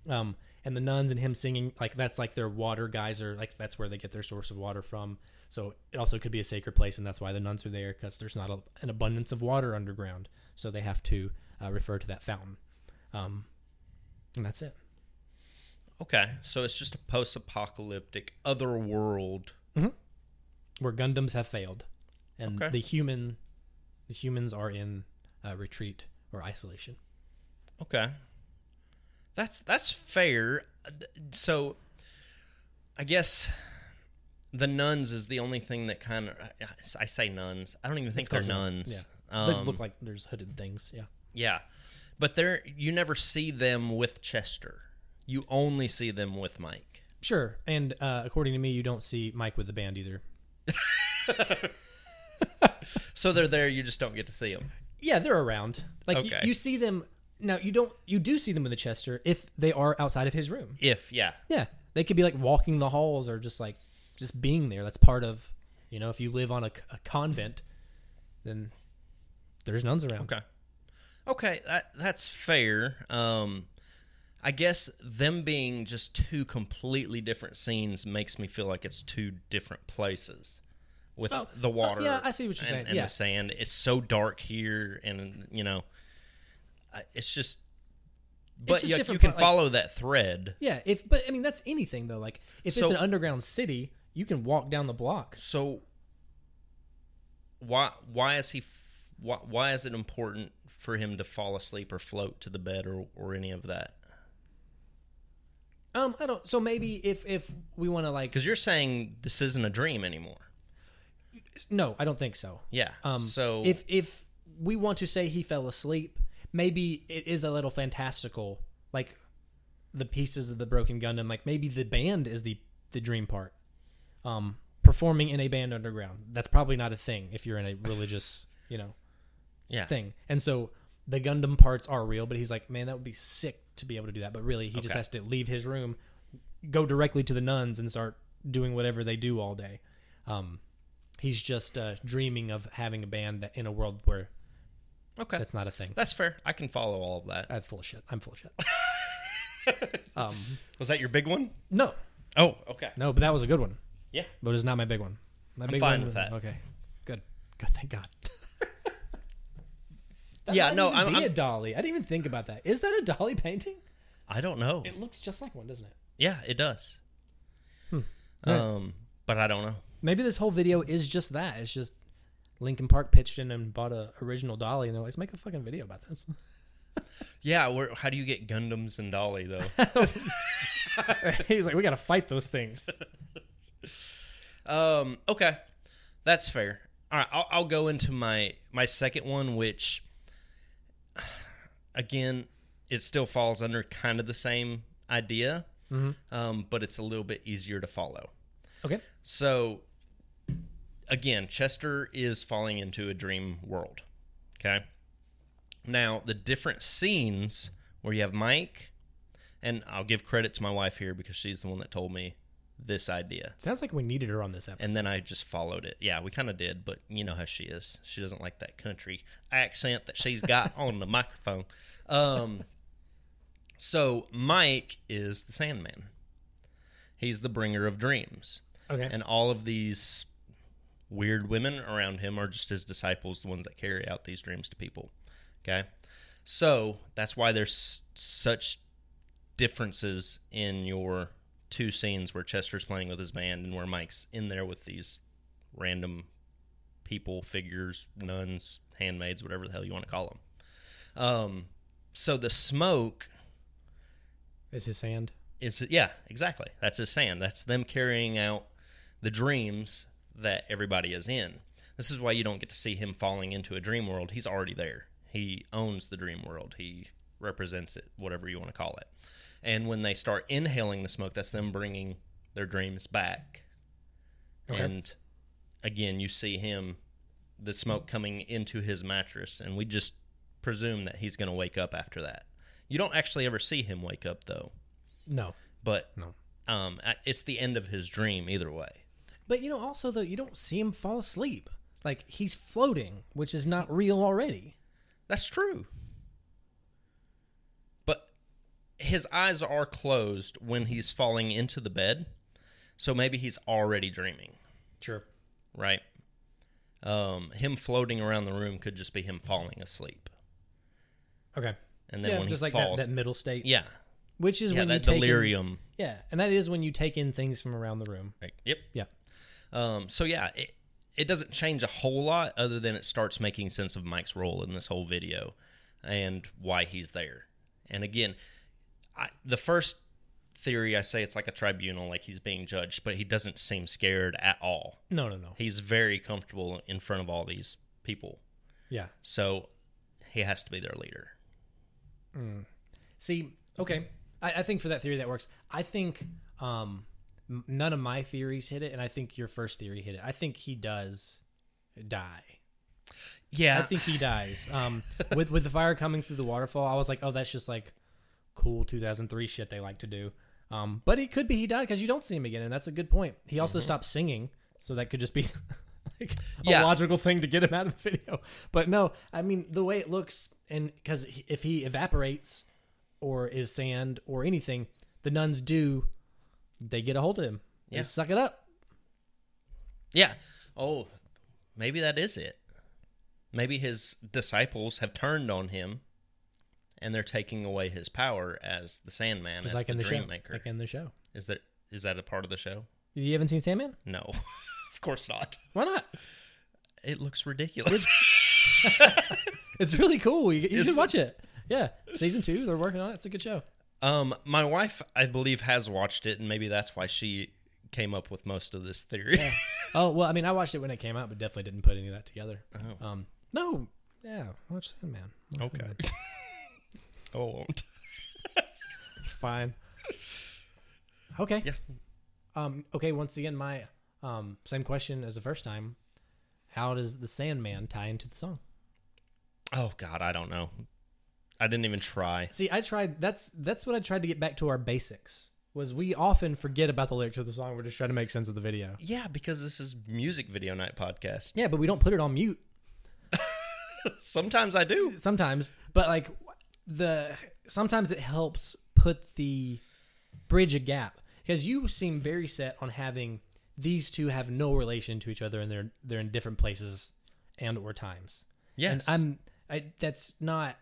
S2: Um, and the nuns and him singing, like that's like their water geyser, like that's where they get their source of water from. So it also could be a sacred place, and that's why the nuns are there because there's not a, an abundance of water underground, so they have to uh, refer to that fountain. Um, and that's it.
S1: Okay. So it's just a post apocalyptic other world.
S2: where Gundams have failed, and
S1: Okay.
S2: the human, the humans are in uh, retreat or isolation.
S1: Okay. That's that's fair. So I guess the nuns is the only thing that kind of I say nuns. I don't even think they're
S2: close enough.
S1: nuns.
S2: Yeah, they
S1: Um,
S2: look like there's hooded things. Yeah,
S1: Yeah. But they're you never see them with Chester. You only see them with Mike.
S2: sure. And uh, according to me, you don't see Mike with the band either.
S1: So they're there, you just don't get to see them.
S2: Yeah, they're around. Like y-
S1: Okay.
S2: you see them now. You don't. You do see them in the Chester if they are outside of his room.
S1: If, yeah.
S2: Yeah, they could be like walking the halls or just like just being there. That's part of you know if you live on a, c- a convent, then there's nuns around.
S1: Okay. Okay, that that's fair. Um I guess them being just two completely different scenes makes me feel like it's two different places. With
S2: Oh,
S1: the water,
S2: yeah, I see what you're
S1: and,
S2: saying,
S1: and
S2: yeah.
S1: the sand. It's so dark here, and you know, I- it's just. But
S2: just
S1: you, you
S2: different
S1: can
S2: pla- like-
S1: follow that thread.
S2: Yeah, if but I mean that's anything though. Like if
S1: So-
S2: it's an underground city, you can walk down the block.
S1: So why why is he f- why, why is it important for him to fall asleep or float to the bed or or any of that?
S2: Um, I don't. So maybe if if we want to like,
S1: Because you're saying this isn't a dream anymore.
S2: no, I don't think so.
S1: Yeah.
S2: Um,
S1: so
S2: if if we want to say he fell asleep, maybe it is a little fantastical. Like the pieces of the broken Gundam. Like maybe the band is the the dream part. Um, performing in a band underground. That's probably not a thing if you're in a religious, you know.
S1: yeah,
S2: thing. And so the Gundam parts are real, but he's like, man, that would be sick to be able to do that. But really, he just
S1: Okay.
S2: has to leave his room, go directly to the nuns, and start doing whatever they do all day. Um, he's just uh, dreaming of having a band that in a world where
S1: okay, that's,
S2: that's not a thing.
S1: fair. I can follow all of that.
S2: That's full of shit. I'm full of shit. um,
S1: Was that your big one?
S2: no,
S1: Oh, okay.
S2: no, but that was a good one.
S1: Yeah.
S2: But it's not my big one. My big
S1: fine
S2: one
S1: with
S2: was-
S1: that.
S2: Okay, good. Good. Thank God. That
S1: Yeah,
S2: might
S1: no,
S2: even
S1: I'm-
S2: be
S1: I'm-
S2: a dolly. I didn't even think about that. Is that a dolly painting?
S1: I don't know.
S2: It looks just like one, doesn't it?
S1: yeah, it does.
S2: Hmm. Alright.
S1: Um, but I don't know.
S2: Maybe this whole video is just that. It's just Lincoln Park pitched in and bought a original dolly, and they're like, "Let's make a fucking video about this."
S1: Yeah, where, how do you get Gundams and Dolly though?
S2: he was like, "We got to fight those things."
S1: Um. Okay, that's fair. All right, I'll, I'll go into my my second one, which again, it still falls under kind of the same idea, um, but it's a little bit easier to follow.
S2: Okay,
S1: So, again, Chester is falling into a dream world. Okay. Now, the different scenes where you have Mike, and I'll give credit to my wife here because she's the one that told me this idea
S2: sounds like we needed her on this episode.
S1: and then I just followed it. Yeah, we kind of did, but you know how she is. She doesn't like that country accent that she's got on the microphone. Um, so Mike is the Sandman. He's the bringer of dreams,
S2: Okay,
S1: and all of these weird women around him are just his disciples, the ones that carry out these dreams to people. Okay, so that's why there's such differences in your two scenes where Chester's playing with his band and where Mike's in there with these random people, figures, nuns, handmaids, whatever the hell you want to call them. Um, so the smoke
S2: Is his sand?
S1: is yeah exactly that's his sand that's them carrying out the dreams that everybody is in this is why you don't get to see him falling into a dream world he's already there he owns the dream world he represents it whatever you want to call it and when they start inhaling the smoke that's them bringing their dreams back
S2: Okay.
S1: and again you see him the smoke coming into his mattress and we just presume that he's going to wake up after that you don't actually ever see him wake up though
S2: No.
S1: but
S2: No.
S1: um, I- it's the end of his dream either way.
S2: But you know, also though, you don't see him fall asleep. Like he's floating, which is not real already.
S1: That's true. But his eyes are closed when he's falling into the bed, so maybe he's already dreaming,
S2: Sure.
S1: right? Um, him floating around the room could just be him falling asleep,
S2: Okay.
S1: and then
S2: yeah,
S1: when
S2: just
S1: he
S2: like
S1: falls,
S2: That, that middle state.
S1: yeah,
S2: Which is
S1: yeah,
S2: when you
S1: that
S2: take in-
S1: delirium.
S2: yeah, and that is when you take in things from around the room.
S1: Like, yep.
S2: Yeah.
S1: Um, so yeah, it, it doesn't change a whole lot other than it starts making sense of Mike's role in this whole video and why he's there. And again, I, the first theory I say it's like a tribunal, like he's being judged, but he doesn't seem scared at all.
S2: No, no, no.
S1: He's very comfortable in front of all these people,
S2: Yeah.
S1: so he has to be their leader.
S2: See, okay, I, I think for that theory that works. I think um, m- none of my theories hit it, and I think your first theory hit it. I think he does die.
S1: Yeah,
S2: I think he dies. Um, with with the fire coming through the waterfall, I was like, oh, that's just like cool 2003 shit they like to do. Um, but it could be he died because you don't see him again, and that's a good point. He also stopped singing, so that could just be like a
S1: Mm-hmm. Yeah.
S2: logical thing to get him out of the video. But no, I mean the way it looks, and because if he evaporates or is sand or anything, the nuns do they get a hold of him. They
S1: Yeah.
S2: suck it up.
S1: yeah. Oh, maybe that is it. Maybe his disciples have turned on him, and they're taking away his power as the Sandman,
S2: Just
S1: as
S2: like
S1: the,
S2: in the show,
S1: Dream Maker.
S2: like in the show.
S1: Is that is that a part of the show?
S2: You haven't seen Sandman?
S1: No, of course not.
S2: Why not?
S1: It looks ridiculous.
S2: It's really cool. You, you
S1: Is
S2: should watch it. Yeah, season two. They're working on it. It's a good show.
S1: um, my wife, I believe, has watched it, and maybe that's why she came up with most of this theory.
S2: Yeah. oh well, I mean, I watched it when it came out, but definitely didn't put any of that together. Um, no, yeah, watch Sandman. Watch
S1: okay.
S2: Sandman.
S1: oh, I won't.
S2: fine. Okay.
S1: Yeah.
S2: Um. Okay. Once again, my um same question as the first time. How does the Sandman tie into the song?
S1: Oh God, I don't know. I didn't even try.
S2: See, I tried. That's that's what I tried to get back to our basics. Was we often forget about the lyrics of the song? We're just trying to make sense of the video.
S1: Yeah, because this is music video night podcast.
S2: Yeah, but we don't put it on mute.
S1: Sometimes I do.
S2: sometimes but like the sometimes it helps put the bridge a gap because you seem very set on having these two have no relation to each other and they're they're in different places and or times and
S1: Yes,
S2: i'm I, that's not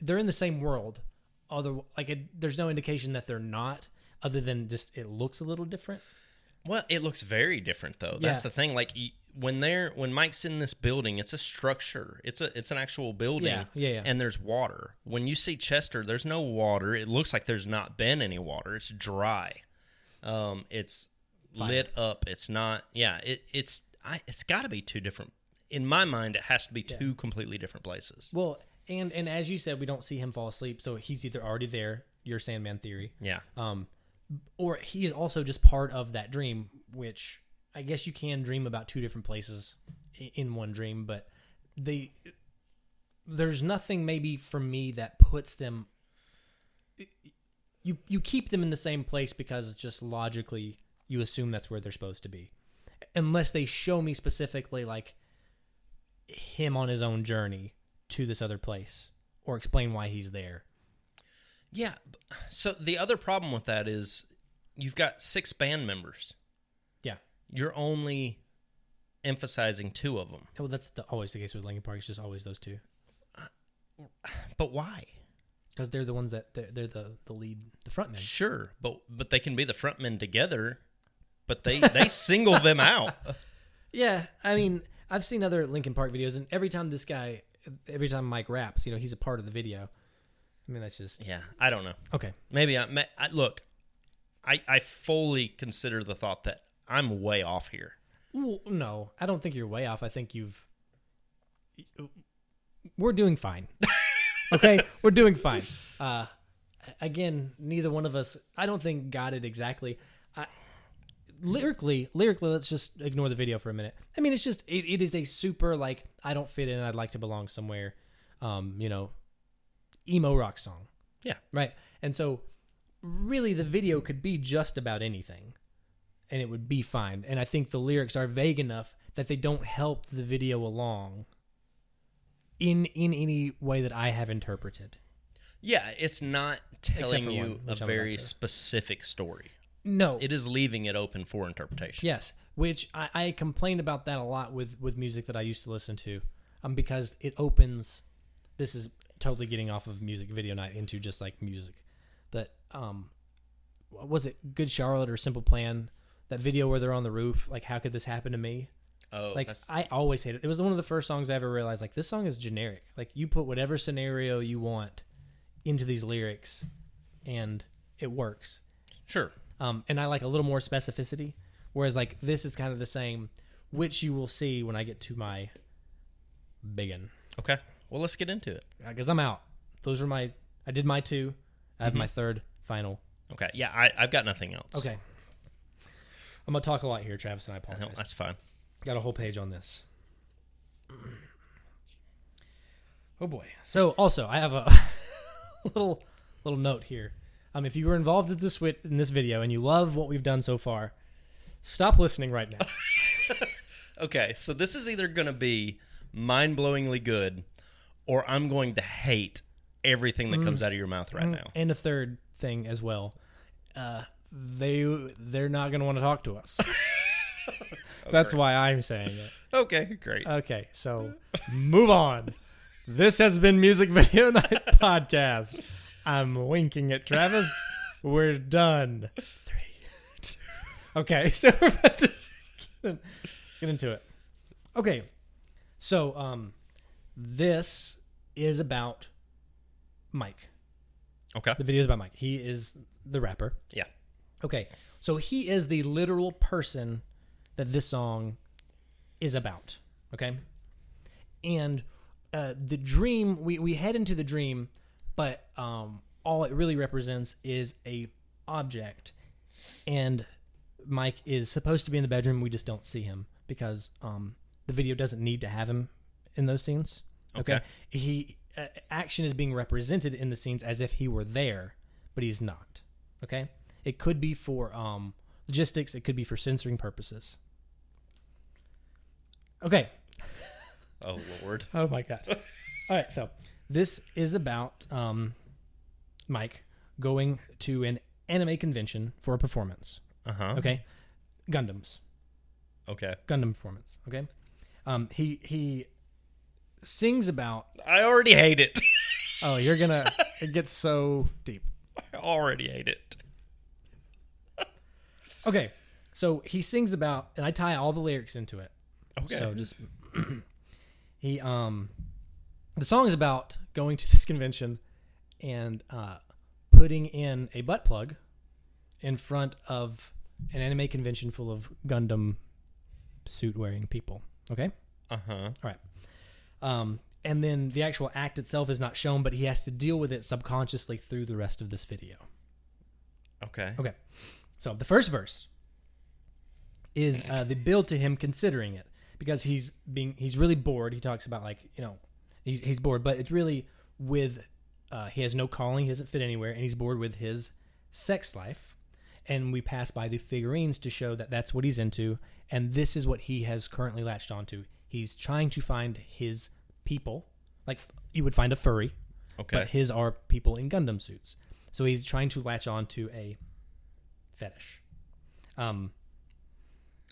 S2: they're in the same world other like it, there's no indication that they're not other than just it looks a little different
S1: Well, it looks very different though. That's
S2: Yeah.
S1: the thing. Like y- when they're when Mike's in this building, it's a structure. It's a it's an actual building.
S2: Yeah, yeah, yeah.
S1: And there's water. When you see Chester, there's no water. It looks like there's not been any water. It's dry. Um, it's lit up. It's not. Yeah. It it's I it's got to be two different. In my mind, it has to be two completely different places.
S2: well and and as you said we don't see him fall asleep so he's either already there your sandman theory
S1: Yeah.
S2: um, or he is also just part of that dream, which I guess you can dream about two different places i- in one dream, but the there's nothing maybe for me that puts them you you keep them in the same place because it's just logically you assume that's where they're supposed to be unless they show me specifically like him on his own journey to this other place or explain why he's there
S1: Yeah. b- So the other problem with that is you've got six band members.
S2: yeah
S1: You're only emphasizing two of them.
S2: well that's the, always the case with linkin park it's just always those two
S1: But why?
S2: because they're the ones that they're, they're the the lead the front men.
S1: Sure, but but they can be the frontmen together, but they they single them out.
S2: Yeah, I mean, I've seen other Linkin Park videos, and every time this guy, every time Mike raps, you know, he's a part of the video. I mean, that's just
S1: Yeah, I don't know.
S2: okay.
S1: Maybe I, may, I look. I I fully consider the thought that I'm way off here.
S2: Well, no, I don't think you're way off. I think you've. We're doing fine. okay, we're doing fine. Uh, again, neither one of us. I don't think got it exactly. I, lyrically, lyrically, let's just ignore the video for a minute. I mean, it's just it, it is a super like I don't fit in. I'd like to belong somewhere. Um, you know, emo rock song.
S1: Yeah.
S2: Right. And so, really, the video could be just about anything and it would be fine. And I think the lyrics are vague enough that they don't help the video along in in any way that I have interpreted.
S1: Yeah, it's not telling
S2: for
S1: you
S2: one,
S1: a
S2: which I would
S1: very
S2: like to-
S1: specific story.
S2: No.
S1: It is leaving it open for interpretation.
S2: yes. Which I, I complain about that a lot with with music that I used to listen to, um, because it opens. This is totally getting off of music video night into just like music, but um, what was it Good Charlotte or Simple Plan? That video where they're on the roof, like how could this happen to me?
S1: Oh,
S2: like
S1: that's,
S2: I always hated it. It was one of the first songs I ever realized like this song is generic. Like you put whatever scenario you want into these lyrics and it works.
S1: sure.
S2: Um, and I like a little more specificity whereas like this is kind of the same which you will see when I get to my biggin
S1: Okay. Well, let's get into it.
S2: cuz Uh, I'm out. Those are my I did my two. I have my third final.
S1: Okay. Yeah, I, I've got nothing else.
S2: Okay. I'm going to talk a lot here, Travis, and I
S1: No,
S2: apologize.
S1: that's fine.
S2: Got a whole page on this. Oh boy. So also, I have a little little note here. Um, if you were involved in this wit- in this video and you love what we've done so far, stop listening right now.
S1: Okay, so this is either going to be mind-blowingly good, or I'm going to hate everything
S2: Mm.
S1: that comes out of your mouth right now.
S2: and a third thing as well, uh, they they're not going to want to talk to us. That's why I'm saying it.
S1: Okay, great.
S2: Okay, so move on. This has been Music Video Night Podcast. I'm winking at Travis. We're done. Three. two- Okay, so we're about to get, in- get into it. Okay, so um, this is about Mike.
S1: okay.
S2: The video is about Mike. He is the rapper.
S1: Yeah.
S2: Okay, so he is the literal person that this song is about. Okay, and uh, the dream we we head into the dream, but um, all it really represents is a object, and Mike is supposed to be in the bedroom. We just don't see him because um, the video doesn't need to have him in those scenes. Okay,
S1: Okay.
S2: he uh, action is being represented in the scenes as if he were there, but he's not. Okay, it could be for um, logistics. It could be for censoring purposes. Okay,
S1: Oh Lord.
S2: Oh my god. All right, so this is about um, Mike going to an anime convention for a performance.
S1: Uh huh. Okay.
S2: Okay, Gundams, Gundam performance. Okay, um, he he sings about.
S1: I already hate it.
S2: Oh, you're gonna. it gets so deep.
S1: I already hate it.
S2: Okay, so he sings about, and I tie all the lyrics into it.
S1: Okay.
S2: So just he um the song is about going to this convention and uh putting in a butt plug in front of an anime convention full of Gundam suit wearing people. Okay?
S1: uh huh.
S2: All right. Um and then the actual act itself is not shown, but he has to deal with it subconsciously through the rest of this video.
S1: Okay.
S2: Okay. So the first verse is uh, the build to him considering it because he's being he's really bored. He talks about like you know he's he's bored, but it's really with uh, he has no calling, he doesn't fit anywhere, and he's bored with his sex life. And we pass by the figurines to show that that's what he's into, and this is what he has currently latched onto. He's trying to find his people, like you would find a furry,
S1: Okay.
S2: but his are people in Gundam suits. So he's trying to latch on to a fetish. Um,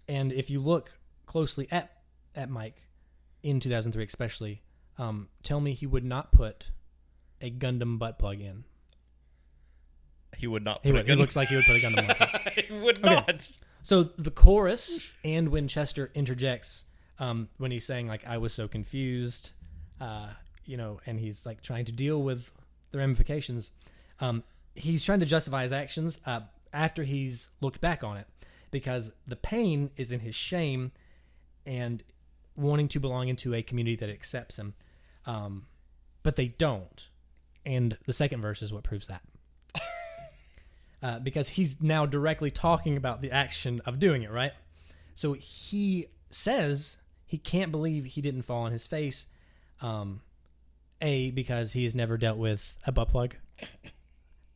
S2: and if you look closely at at Mike in 2003, especially, um, tell me he would not put a Gundam butt plug in.
S1: he would not.
S2: He
S1: put a
S2: would. It
S1: gun-
S2: looks like he would put a Gundam. butt plug.
S1: he would not.
S2: So the chorus and when Chester interjects um, when he's saying like I was so confused, uh, you know, and he's like trying to deal with the ramifications. Um, he's trying to justify his actions uh, after he's looked back on it because the pain is in his shame and wanting to belong into a community that accepts him. Um, but they don't. And the second verse is what proves that. uh, because he's now directly talking about the action of doing it, right? So he says he can't believe he didn't fall on his face. Um, a, because he has never dealt with a butt plug.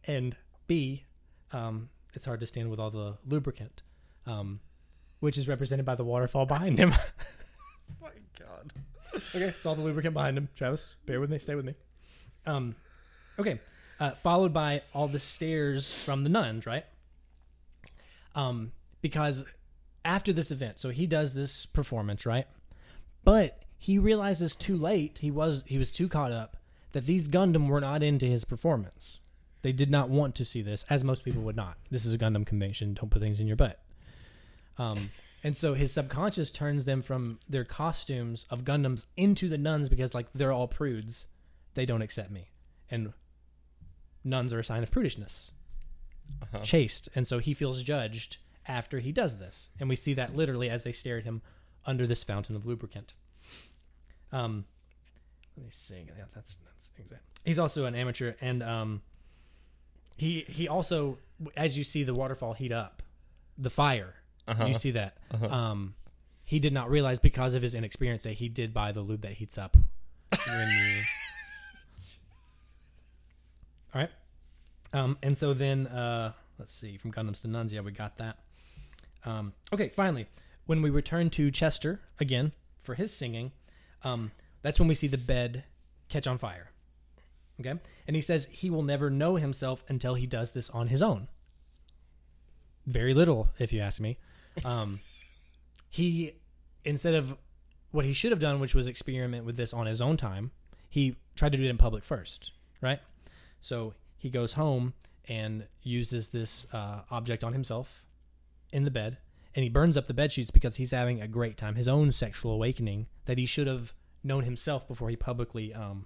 S2: And B, um, it's hard to stand with all the lubricant, um, which is represented by the waterfall behind him.
S3: My God.
S2: Okay, it's all the lubricant behind him. Travis, bear with me. Stay with me. Um, okay, uh, followed by all the stairs from the nuns, right? Um, because after this event, so he does this performance, right? But he realizes too late. He was he was too caught up that these Gundam were not into his performance. They did not want to see this, as most people would not. This is a Gundam convention. Don't put things in your butt. Um, and so his subconscious turns them from their costumes of Gundams into the nuns because, like, they're all prudes. They don't accept me. And nuns are a sign of prudishness,
S1: Uh-huh.
S2: chaste. And so he feels judged after he does this. And we see that literally as they stare at him under this fountain of lubricant. Um, let me see. Yeah, that's that's exact. He's also an amateur, and um, he he also, as you see the waterfall heat up, the fire. You see that. Um, he did not realize because of his inexperience that he did buy the lube that heats up. when you- All right. Um, and so then, uh, let's see, from Gundams to Nuns, yeah, we got that. Um, okay, finally, when we return to Chester again for his singing, um, that's when we see the bed catch on fire. Okay? And he says he will never know himself until he does this on his own. Very little, if you ask me. Um, he, instead of what he should have done, which was experiment with this on his own time, he tried to do it in public first, right? So he goes home and uses this uh, object on himself in the bed, and he burns up the bed sheets because he's having a great time, his own sexual awakening that he should have known himself before he publicly um,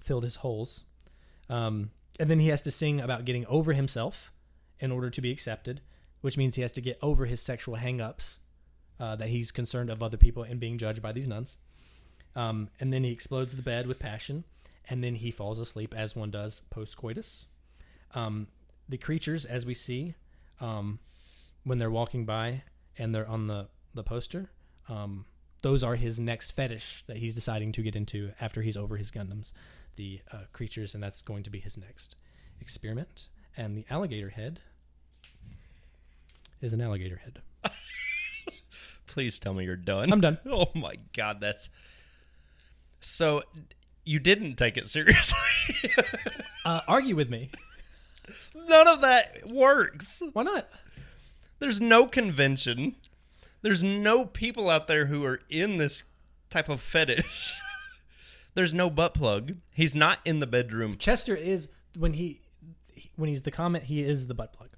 S2: filled his holes. Um, and then he has to sing about getting over himself in order to be accepted, which means he has to get over his sexual hangups uh, that he's concerned of other people and being judged by these nuns. Um, and then he explodes the bed with passion, and then he falls asleep as one does post coitus. Um, the creatures, as we see, um, when they're walking by and they're on the the poster, um, those are his next fetish that he's deciding to get into after he's over his Gundams, the uh, creatures, and that's going to be his next experiment. And the alligator head is an alligator head.
S1: Please tell me you're done.
S2: I'm done.
S1: Oh my god, that's so. You didn't take it seriously.
S2: Uh, argue with me.
S1: None of that works.
S2: Why not?
S1: There's no convention. There's no people out there who are in this type of fetish. There's no butt plug. He's not in the bedroom.
S2: Chester is when he when he's the comet, he is the butt plug.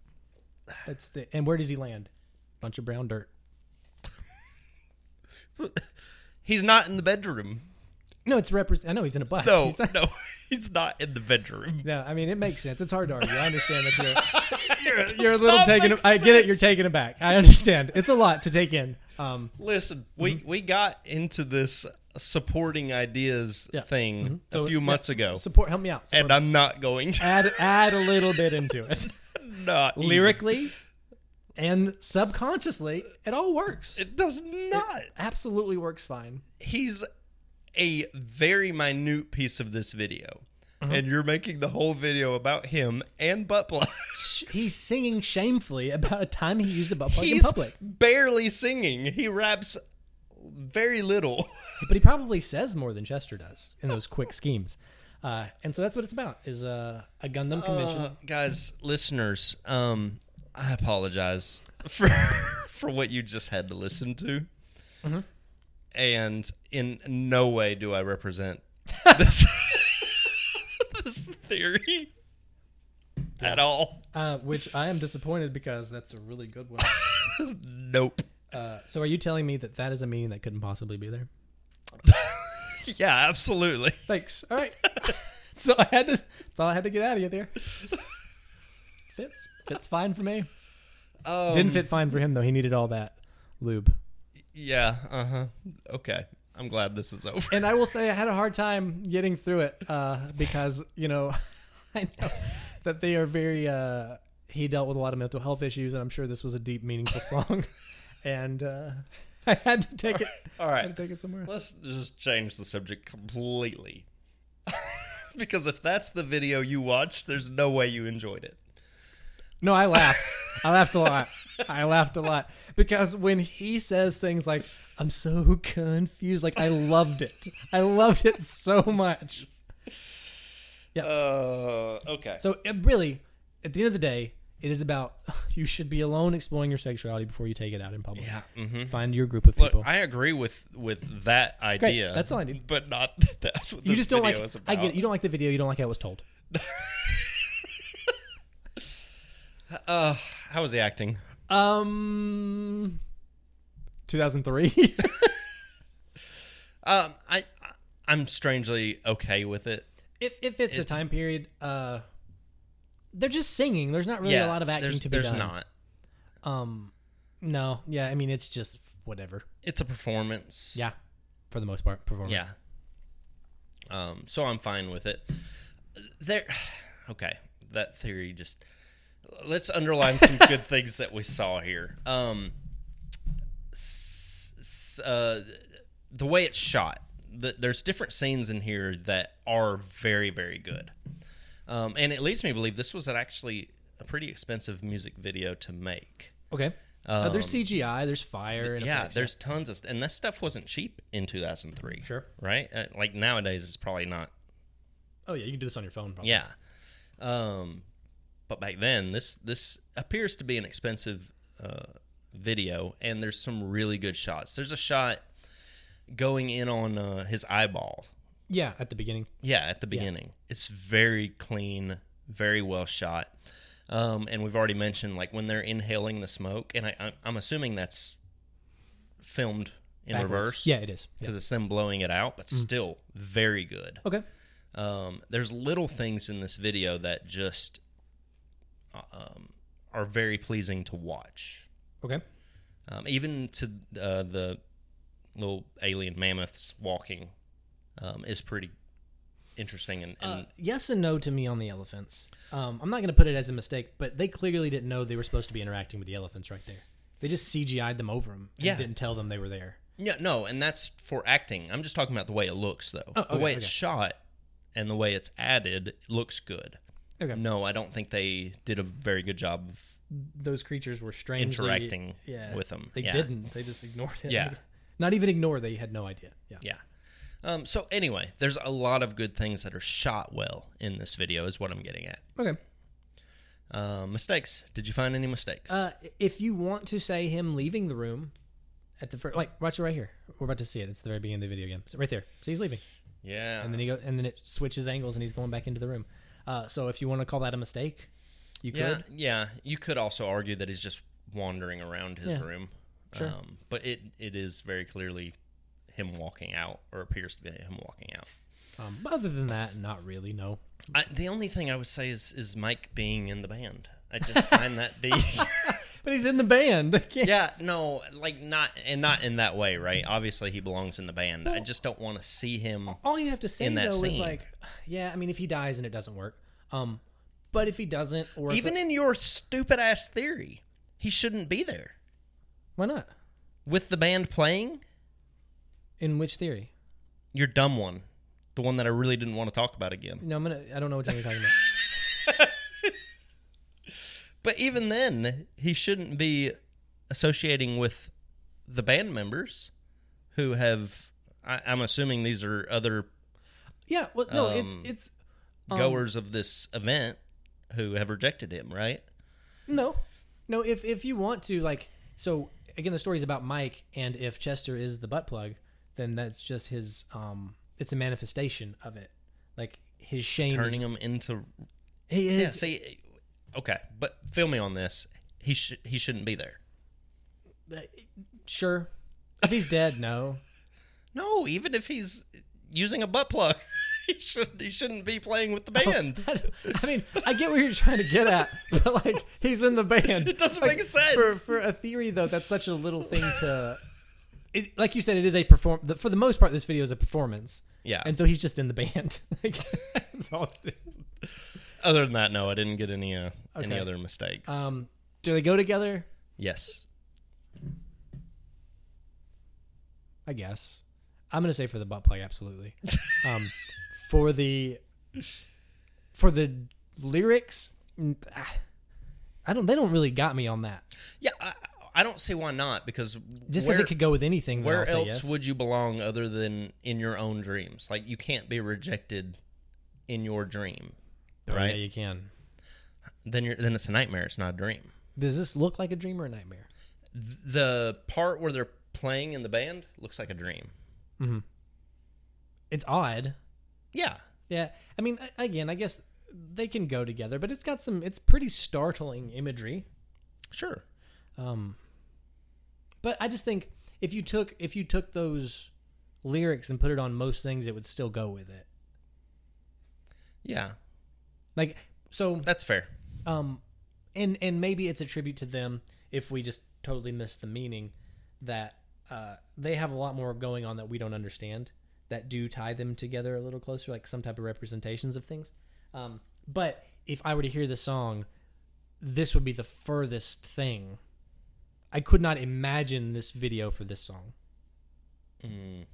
S2: That's the and where does he land? Bunch of brown dirt.
S1: He's not in the bedroom.
S2: No, it's represent. I know he's in a butt.
S1: No,
S2: He's not-
S1: no, he's not in the bedroom.
S2: no. I mean, it makes sense. It's hard to argue. I understand that you're you're, you're a little
S1: not
S2: taken.
S1: make
S2: I get it. You're taken aback. I understand. It's a lot to take in. Um,
S1: Listen, we we got into this supporting ideas
S2: Yeah. Mm-hmm.
S1: thing
S2: so,
S1: a few
S2: yeah,
S1: months ago,
S2: Support. Help me out. Support
S1: and I'm not going to
S2: add add a little bit into it,
S1: not even.
S2: lyrically, and subconsciously, it all works.
S1: It does not.
S2: Absolutely works fine.
S1: he's a very minute piece of this video. And you're making the whole video about him and butt plug.
S2: He's singing shamefully about a time he used a butt plug in
S1: He's
S2: public.
S1: barely singing. He raps very little.
S2: But he probably says more than Chester does in those quick schemes. Uh, and so that's what it's about is a, a Gundam convention.
S1: Uh, guys, listeners, um, I apologize for for what you just had to listen to. Mm-hmm. And in no way do I represent this this theory at all.
S2: Uh, which I am disappointed because that's a really good one.
S1: Nope.
S2: Uh, so are you telling me that that is a meaning that couldn't possibly be there?
S1: Yeah, absolutely.
S2: Thanks. All right. so I had to. That's all I had to get out of you there. Fits fits fine for me.
S1: Um,
S2: Didn't fit fine for him though. He needed all that lube.
S1: Yeah. Uh huh. Okay. I'm glad this is over.
S2: And I will say I had a hard time getting through it uh, because you know I know that they are very. Uh, he dealt with a lot of mental health issues, and I'm sure this was a deep, meaningful song. and uh, I had to take it.
S1: All
S2: I
S1: right.
S2: had to take it somewhere.
S1: Let's just change the subject completely. because if that's the video you watched, there's no way you enjoyed it.
S2: No, I laughed. I laughed a lot. I laughed a lot because when he says things like "I'm so confused," like I loved it. I loved it so much.
S1: Uh, okay.
S2: So it really, at the end of the day, it is about you should be alone exploring your sexuality before you take it out in public. Yeah, find your group of
S1: Look,
S2: people.
S1: I agree with with that idea.
S2: that's all I need.
S1: But not that's what
S2: you
S1: this
S2: just don't like.
S1: video is about.
S2: I get it. You don't like the video. You don't like how it was told.
S1: Uh, how was the acting?
S2: Um, 2003.
S1: Um, I I- I'm strangely okay with it.
S2: it, it fits the
S1: It's-
S2: time period. Uh, they're just singing. There's not really
S1: yeah,
S2: a lot of acting
S1: there's,
S2: to be
S1: there's
S2: done.
S1: not.
S2: Um, no, yeah, I mean it's just whatever.
S1: It's a performance.
S2: Yeah, for the most part, performance.
S1: Yeah. Um, so I'm fine with it. There. Okay, that theory just. Let's underline some good things that we saw here. Um, s- s- uh, the way it's shot. The, there's different scenes in here that are very, very good. Um, and it leads me to believe this was an actually a pretty expensive music video to make.
S2: Okay. Uh, there's
S1: Um,
S2: CGI. There's fire. And
S1: Yeah,
S2: effects,
S1: there's tons of, st- and that stuff wasn't cheap in 2003.
S2: Sure.
S1: right? Uh, like nowadays, it's probably not
S2: Oh yeah, you can do this on your phone. Probably.
S1: Yeah. Um, but back then, this this appears to be an expensive uh, video, and there's some really good shots. There's a shot going in on uh, his eyeball.
S2: Yeah, at the beginning.
S1: Yeah, at the beginning, it's very clean, very well shot. Um, and we've already mentioned like when they're inhaling the smoke, and I, I'm- I'm assuming that's filmed in
S2: backwards.
S1: reverse.
S2: Yeah, Mm. it is. Yeah.
S1: Because it's them blowing it out, but still very good.
S2: Okay.
S1: Um, there's little things in this video that just um, are very pleasing to watch.
S2: Okay.
S1: Um, even to uh, the little alien mammoths walking um, is pretty interesting and, and
S2: Uh, yes and no to me on the elephants. Um, I'm not going to put it as a mistake, but they clearly didn't know they were supposed to be interacting with the elephants right there. They just CGI'd them over them. And
S1: Yeah.
S2: Didn't tell them they were there.
S1: yeah, no, and that's for acting. I'm just talking about the way it looks though.
S2: Oh,
S1: the
S2: okay,
S1: way it's
S2: okay.
S1: shot and the way it's added looks good.
S2: Okay.
S1: No, I don't think they did a very good job of
S2: Those creatures were strangely
S1: interacting
S2: yeah,
S1: with them.
S2: They
S1: Yeah.
S2: didn't. They just ignored it.
S1: Yeah.
S2: Not even ignore. They had no idea. Yeah.
S1: Yeah. Um, so anyway, there's a lot of good things that are shot well in this video, is what I'm getting at.
S2: Okay.
S1: Uh, mistakes? Did you find any mistakes?
S2: Uh, if you want to say him leaving the room at the first, like watch it right here. We're about to see it. It's the very beginning of the video game. So right there. So he's leaving,
S1: yeah.
S2: and then he goes, and then it switches angles, and he's going back into the room. Uh, so if you want to call that a mistake, you
S1: yeah,
S2: could.
S1: yeah. You could also argue that he's just wandering around his
S2: Yeah.
S1: room.
S2: Sure.
S1: Um, but it it is very clearly him walking out, or appears to be him walking out.
S2: Um, but other than that, not really. No.
S1: I, the only thing I would say is is Mike being in the band. I just find that being
S2: But he's in the band. I can't-
S1: yeah, no, like not and not in that way, right? Obviously, he belongs in the band. I just don't want to see him.
S2: All you have to say
S1: In
S2: though
S1: that
S2: is
S1: scene.
S2: like, yeah. I mean, if he dies and it doesn't work, um, but if he doesn't, or if
S1: Even in your stupid ass theory, he shouldn't be there
S2: why not?
S1: with the band playing.
S2: In which theory?
S1: Your dumb one, the one that I really didn't want to talk about again.
S2: No, I'm gonna. I don't know what you're talking about.
S1: But even then, he shouldn't be associating with the band members who have. I, I'm assuming these are other
S2: Yeah. Well, no. it's
S1: Um,
S2: it's Um,
S1: goers of this event who have rejected him, right?
S2: No, no. If if you want to, like, so again, the story's about Mike, and if Chester is the butt plug, then that's just his. Um, it's a manifestation of it, like his shame.
S1: Turning
S2: is,
S1: him into.
S2: he
S1: Yeah,
S2: is.
S1: see, okay, but feel me on this. He sh- he shouldn't be there.
S2: Sure, if he's dead, no.
S1: No, even if he's using a butt plug. he should he shouldn't be playing with the
S2: Oh,
S1: band.
S2: I mean, I get what you're trying to get at, but like he's in the band.
S1: It doesn't
S2: Like,
S1: make sense.
S2: For, for a theory though, that's such a little thing to it, like you said, it is a perform the, for the most part this video is a performance.
S1: Yeah.
S2: And so he's just in the band. like that's all it is.
S1: Other than that, no, I didn't get any uh, any
S2: Okay.
S1: other mistakes.
S2: Um do they go together?
S1: yes.
S2: I guess. I'm gonna say for the butt plug, absolutely. Um, for the for the lyrics, mm, ah, I don't. They don't really got me on that.
S1: Yeah, I, I don't see why not because
S2: Just
S1: where,
S2: because it could go with anything. then
S1: where
S2: I'll say
S1: else
S2: yes.
S1: would you belong other than in your own dreams? Like you can't be rejected in your dream,
S2: Oh,
S1: right?
S2: Yeah, you can.
S1: Then you're then it's a nightmare. It's not a dream.
S2: Does this look like a dream or a nightmare?
S1: Th- The part where they're playing in the band looks like a dream.
S2: It's odd.
S1: Yeah,
S2: Yeah, I mean, a- again, I guess they can go together, but it's got some. It's pretty startling imagery.
S1: sure.
S2: Um, but I just think if you took if you took those lyrics and put it on most things, it would still go with it.
S1: Yeah,
S2: Like so,
S1: that's fair.
S2: um, and and maybe it's a tribute to them if we just totally miss the meaning that uh, they have a lot more going on that we don't understand that do tie them together a little closer, like some type of representations of things. Um, but if I were to hear the song, this would be the furthest thing. I could not imagine this video for this song.
S1: Mm,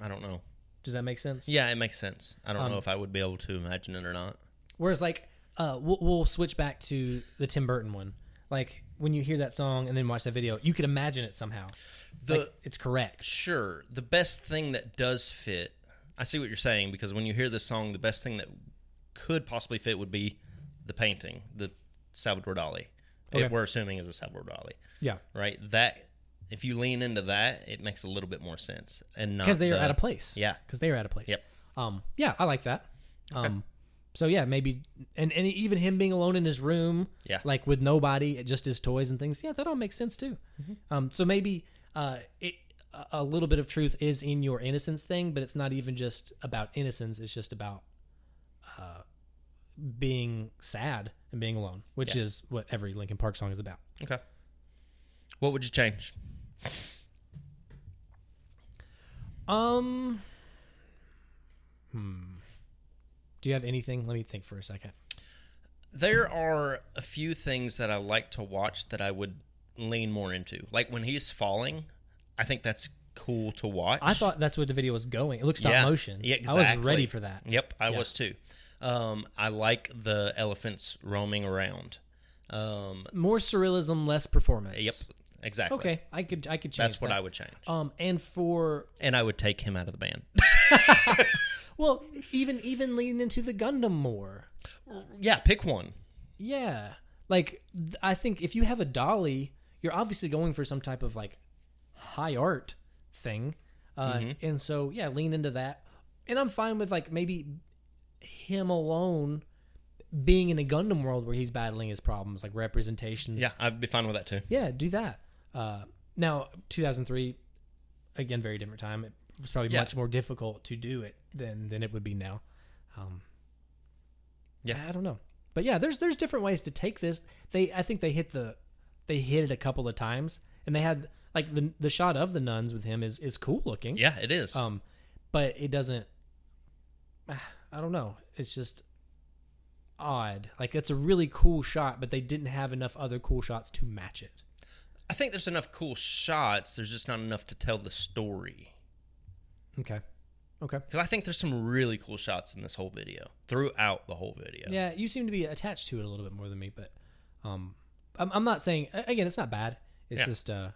S1: I don't know.
S2: Does that make sense?
S1: Yeah, it makes sense. I don't
S2: Um,
S1: know if I would be able to imagine it or not.
S2: Whereas, like, uh, we'll, we'll switch back to the Tim Burton one. Like, when you hear that song and then watch that video, you could imagine it somehow.
S1: The
S2: Like, it's correct.
S1: sure the best thing that does fit. I see what you're saying because when you hear this song, the best thing that could possibly fit would be the painting, the Salvador Dali. It-
S2: Okay.
S1: we're assuming is a Salvador Dali,
S2: Yeah,
S1: right? That if you lean into that, it makes a little bit more sense and not
S2: because they are
S1: the-
S2: out of place.
S1: Yeah,
S2: because they are out of place.
S1: Yep.
S2: Um. Yeah, I like that. Um. So yeah, maybe and and even him being alone in his room.
S1: Yeah.
S2: Like with nobody, just his toys and things. Yeah, that all makes sense too.
S1: Mm-hmm.
S2: Um. So maybe uh it. a- A little bit of truth is in your innocence thing, but it's not even just about innocence. It's just about uh, being sad and being alone, which
S1: Yeah.
S2: is what every Linkin Park song is about.
S1: okay. What would you change?
S2: Um, hmm. Do you have anything? Let me think for a second.
S1: There are a few things that I like to watch that I would lean more into. Like when he's falling, I think that's cool to watch.
S2: I thought that's what the video was going. It looks stop
S1: Yeah.
S2: motion.
S1: Yeah,
S2: I was
S1: exactly.
S2: ready for that.
S1: Yep, I
S2: Yeah.
S1: was too. Um, I like the elephants roaming around. Um,
S2: More surrealism, less performance.
S1: yep, exactly.
S2: Okay, I could I could change.
S1: that's what
S2: that.
S1: I would change,
S2: Um, and for
S1: and I would take him out of the band.
S2: well, even even leaning into the Gundam more.
S1: yeah, pick one.
S2: Yeah, like th- I think if you have a dolly, you're obviously going for some type of like high art thing, uh,
S1: Mm-hmm.
S2: and so yeah, lean into that. And I'm fine with like maybe him alone being in a Gundam world where he's battling his problems, like representations.
S1: Yeah, I'd be fine with that too.
S2: Yeah, do that. Uh, now, 2003, again, very different time. It was probably
S1: Yeah.
S2: much more difficult to do it than than it would be now. Um,
S1: Yeah.
S2: I don't know, but yeah, there's there's different ways to take this. They I think they hit the they hit it a couple of times, and they had like the the shot of the nuns with him is is cool looking.
S1: Yeah, it is.
S2: Um, but it doesn't. ah, I don't know. It's just odd. Like it's a really cool shot, but they didn't have enough other cool shots to match it.
S1: I think there's enough cool shots. There's just not enough to tell the story.
S2: Okay. Okay.
S1: Because I think there's some really cool shots in this whole video, throughout the whole video.
S2: Yeah, you seem to be attached to it a little bit more than me, but um, I'm, I'm not saying a- again it's not bad. It's
S1: Yeah.
S2: just uh,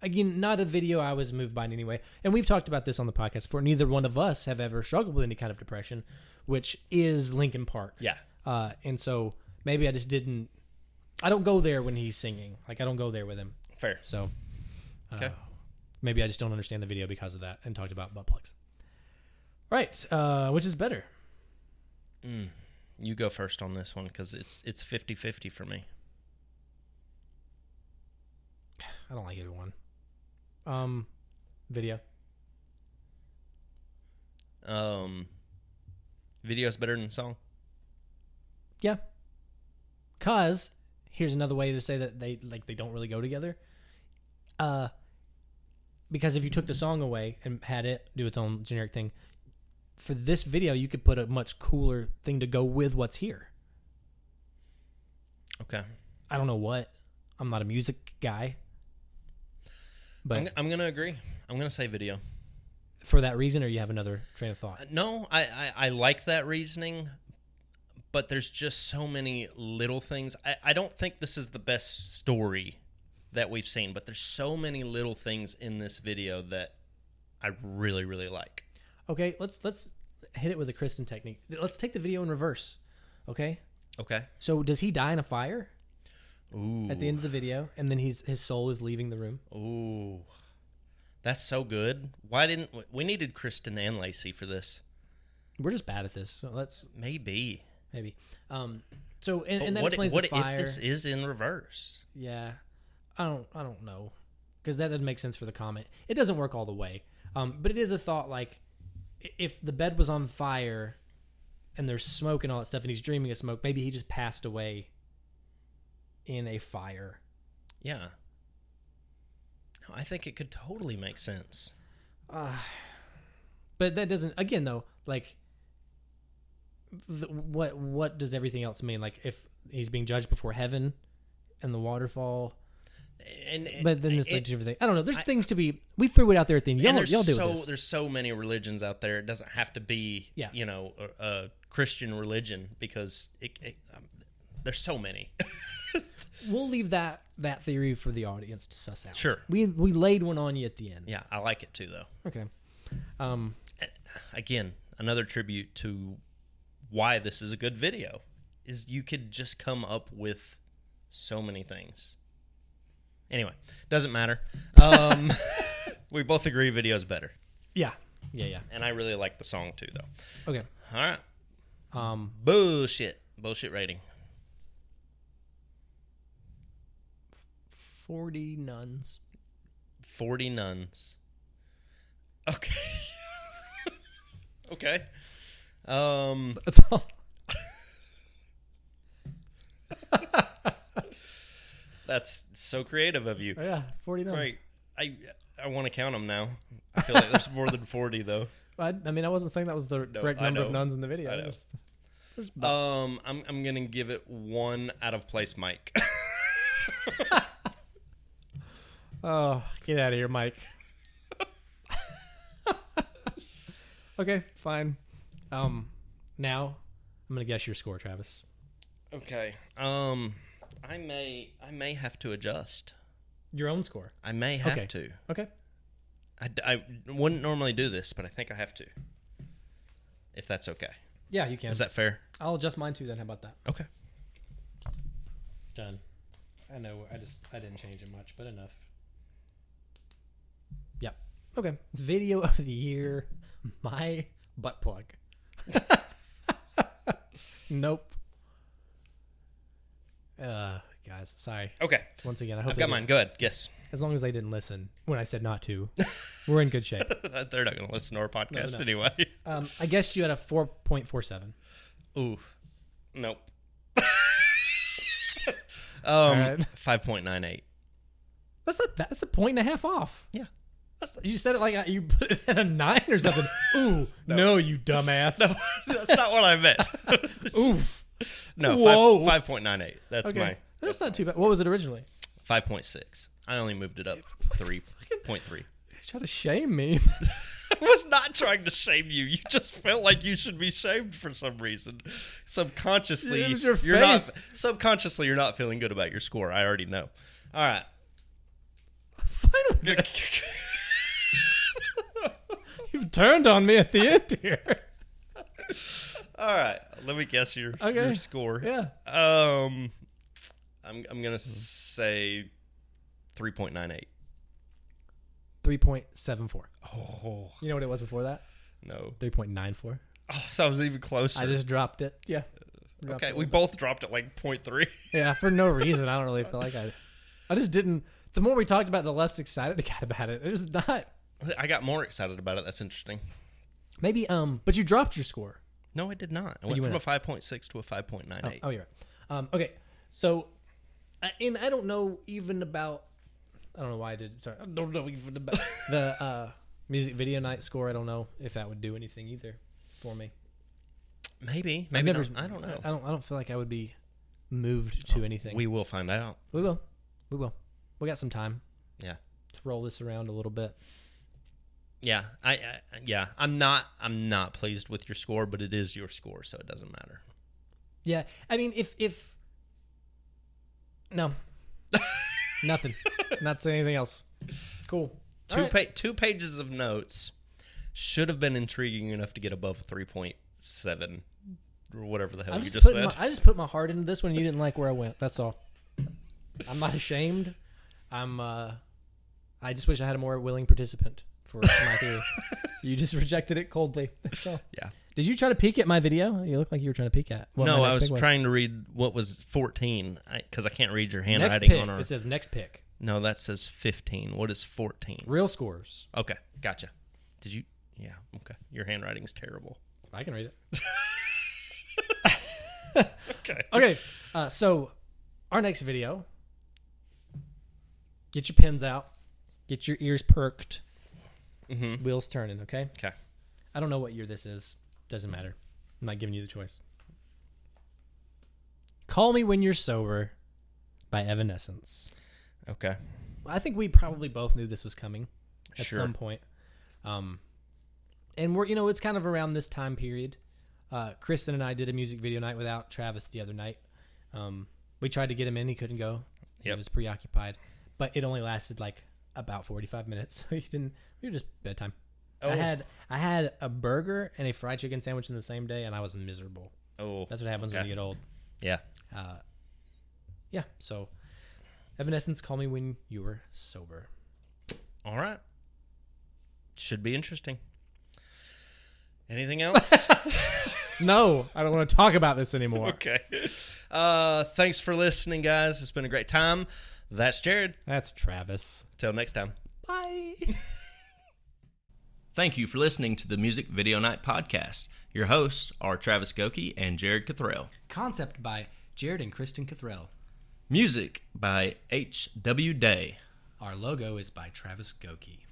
S2: again not a video I was moved by in any way. And we've talked about this on the podcast before. Neither one of us have ever struggled with any kind of depression, which is Linkin Park.
S1: Yeah.
S2: Uh, and so maybe I just didn't. I don't go there when he's singing. Like I don't go there with him.
S1: fair.
S2: So uh,
S1: Okay.
S2: maybe I just don't understand the video because of that and talked about butt plugs. Right. Uh, which is better?
S1: Mm, You go first on this one because it's it's 50-50 for me.
S2: I don't like either one. Um, video.
S1: Um, Video's better than song.
S2: Yeah. Cause here's another way to say that they like they don't really go together. Uh because if you took the song away and had it do its own generic thing, for this video you could put a much cooler thing to go with what's here.
S1: Okay.
S2: I don't know what. I'm not a music guy.
S1: I'm,
S2: But
S1: I'm gonna agree. I'm gonna say video.
S2: for that reason or you have another train of thought.
S1: Uh, No, I, I, I like that reasoning, but there's just so many little things. I, I don't think this is the best story that we've seen, but there's so many little things in this video that I really, really like.
S2: Okay, let's let's hit it with a Kristen technique. Let's take the video in reverse. Okay?
S1: Okay.
S2: So does he die in a fire
S1: Ooh.
S2: at the end of the video and then he's his soul is leaving the room?
S1: Ooh. That's so good. Why didn't we needed Kristen and Lacey for this?
S2: We're just bad at this. So let's
S1: Maybe.
S2: maybe. Um. So and,
S1: But
S2: and that
S1: what
S2: explains
S1: what
S2: the fire.
S1: if this is in reverse?
S2: yeah. I don't. I don't know. Because that doesn't make sense for the comment. It doesn't work all the way. Um. But it is a thought. Like, i- if the bed was on fire, and there's smoke and all that stuff, and he's dreaming of smoke, maybe he just passed away. In a fire.
S1: Yeah. No, I think it could totally make sense.
S2: but that doesn't again though like th- what what does everything else mean like if he's being judged before heaven and the waterfall
S1: And
S2: but then it's
S1: it-
S2: like everything i don't know there's things to be we threw it out there at the end y'all,
S1: and there's
S2: y'all do
S1: so
S2: it this.
S1: there's so many religions out there. It doesn't have to be
S2: Yeah.
S1: you know a, a Christian religion because it, it um, there's so many.
S2: we'll leave that that theory for the audience to suss out
S1: Sure.
S2: we we laid one on you at the end
S1: yeah, I like it too though.
S2: okay um
S1: Again, another tribute to why this is a good video is you could just come up with so many things. Anyway, doesn't matter. Um, we both agree video's better,
S2: yeah yeah yeah
S1: and I really like the song too though.
S2: okay
S1: All right,
S2: um
S1: bullshit, bullshit rating.
S2: 40 nuns
S1: 40 nuns. Okay. okay. Um
S2: that's all
S1: that's so creative of you.
S2: yeah 40 nuns
S1: Right. I I want to count them now. I feel like there's more than 40 though.
S2: I, I mean i wasn't saying that was the
S1: No,
S2: correct
S1: I
S2: number of
S1: know.
S2: nuns in the video
S1: I
S2: I
S1: know.
S2: just- there's
S1: Um I'm I'm going to give it 1 out of place Mike.
S2: Oh, get out of here, Mike. okay, fine. Um, now I'm gonna guess your score, Travis.
S1: okay. Um I may I may have to adjust.
S2: Your own score.
S1: I may have
S2: Okay.
S1: to.
S2: Okay.
S1: I, d- I wouldn't normally do this, but I think I have to. If that's okay.
S2: Yeah, you can.
S1: Is that fair?
S2: I'll adjust mine too. Then how about that?
S1: Okay.
S2: Done. I know. I just I didn't change it much, but enough. Yep. Okay. Video of the year. My butt plug. nope. Uh, guys, sorry.
S1: Okay.
S2: Once again, I hope
S1: I've
S2: they
S1: got
S2: didn't-
S1: mine. Go ahead. Yes.
S2: As long as they didn't listen when I said not to, we're in good shape.
S1: They're not going to listen to our podcast
S2: No, no.
S1: anyway.
S2: Um, I guessed you had a 4.47.
S1: Ooh, nope.
S2: right.
S1: um, five point nine eight.
S2: That's not that. That's a point and a half off.
S1: Yeah.
S2: That's, you said it like I- you put it at a nine or something. Ooh, no, you dumbass.
S1: That's not what I meant.
S2: Oof.
S1: no,
S2: Whoa.
S1: five point nine eight. That's
S2: Okay.
S1: my
S2: That's not too bad. What was it originally?
S1: five point six. I only moved it up three point three.
S2: You try to shame me.
S1: I was not trying to shame you. You just felt like you should be shamed for some reason. Subconsciously,
S2: It was your
S1: you're not.
S2: face.
S1: Subconsciously, you're not feeling good about your score. I already know. All right.
S2: Finally, you've turned on me at the end here.
S1: All right. Let me guess your,
S2: Okay.
S1: your score.
S2: Yeah.
S1: Um, I'm I'm gonna say three point nine eight.
S2: 3.74.
S1: Oh
S2: You know what it was before that?
S1: no!
S2: 3.94.
S1: Oh, so I was even closer.
S2: I just dropped it. Yeah. Dropped
S1: okay,
S2: it.
S1: we both dropped it like point three.
S2: Yeah, for no reason. I don't really feel like I. I just didn't. The more we talked about, it, the less excited I got about it. It's not
S1: I got more excited about it. That's interesting.
S2: maybe. Um, but you dropped your score.
S1: No, I did not. I went
S2: you
S1: from a
S2: went
S1: 5.6 to a 5.98.
S2: Oh, you're right. Um, okay, so, I- and I don't know even about. I don't know why I did. Sorry, I don't know even about the uh, music video night score. I don't know if that would do anything either for me.
S1: Maybe.
S2: oh. I've
S1: Maybe not. I don't know. Oh,
S2: I don't. I don't feel like I would be moved to anything.
S1: we will find out.
S2: we will. We will. We got some time
S1: Yeah.
S2: to roll this around a little bit.
S1: Yeah. I, I yeah, I'm not I'm not pleased with your score, but it is your score, so it doesn't matter.
S2: Yeah, I mean, if if no, nothing, not saying anything else. Cool. All
S1: Two
S2: right.
S1: pa- two pages of notes should have been intriguing enough to get above 3.7 or whatever the hell
S2: I'm
S1: you
S2: just,
S1: just
S2: putting
S1: said.
S2: My, I just put my heart into this one. You didn't like where I went. That's all. I'm not ashamed. I'm. uh I just wish I had a more willing participant for my theory. you just rejected it coldly. That's all.
S1: yeah.
S2: Did you try to peek at my video? You look like you were trying to peek at. what
S1: no,
S2: my
S1: I
S2: next
S1: was
S2: pick
S1: trying to read what was 14 because I, can't read your
S2: Next
S1: handwriting
S2: pick.
S1: on our.
S2: It says next pick.
S1: no, that says 15. What is 14?
S2: Real scores.
S1: Okay, gotcha. Did you? Yeah, okay. Your handwriting's terrible.
S2: I can read it.
S1: Okay.
S2: Okay, uh, so our next video. Get your pens out. Get your ears perked.
S1: Mhm.
S2: Wheels turning. Okay.
S1: Okay.
S2: I don't know what year this is. Doesn't matter. I'm not giving you the choice. Call Me When You're Sober by Evanescence.
S1: Okay.
S2: I think we probably both knew this was coming at
S1: Sure.
S2: some point. Um, and we're, you know, it's kind of around this time period. Uh, Kristen and I did a music video night without Travis the other night. Um, we tried to get him in, he couldn't go. He
S1: Yep.
S2: was preoccupied, but it only lasted like about 45 minutes. So he didn't, we were just bedtime. I
S1: Oh.
S2: had I had a burger and a fried chicken sandwich in the same day, and I was miserable.
S1: Oh.
S2: That's what happens when
S1: Okay.
S2: you get old.
S1: yeah.
S2: Uh, yeah. So, Evanescence, call me when you're sober.
S1: All right. Should be interesting. Anything else?
S2: No, I don't want to talk about this anymore.
S1: okay. Uh, thanks for listening, guys. It's been a great time. That's Jared.
S2: That's Travis.
S1: Till next time.
S2: Bye.
S1: Thank you for listening to the Music Video Night Podcast. Your hosts are Travis Goki and Jared Cathrell.
S2: Concept by Jared and Kristen Cathrell.
S1: Music by H.W. Day.
S2: Our logo is by Travis Goki.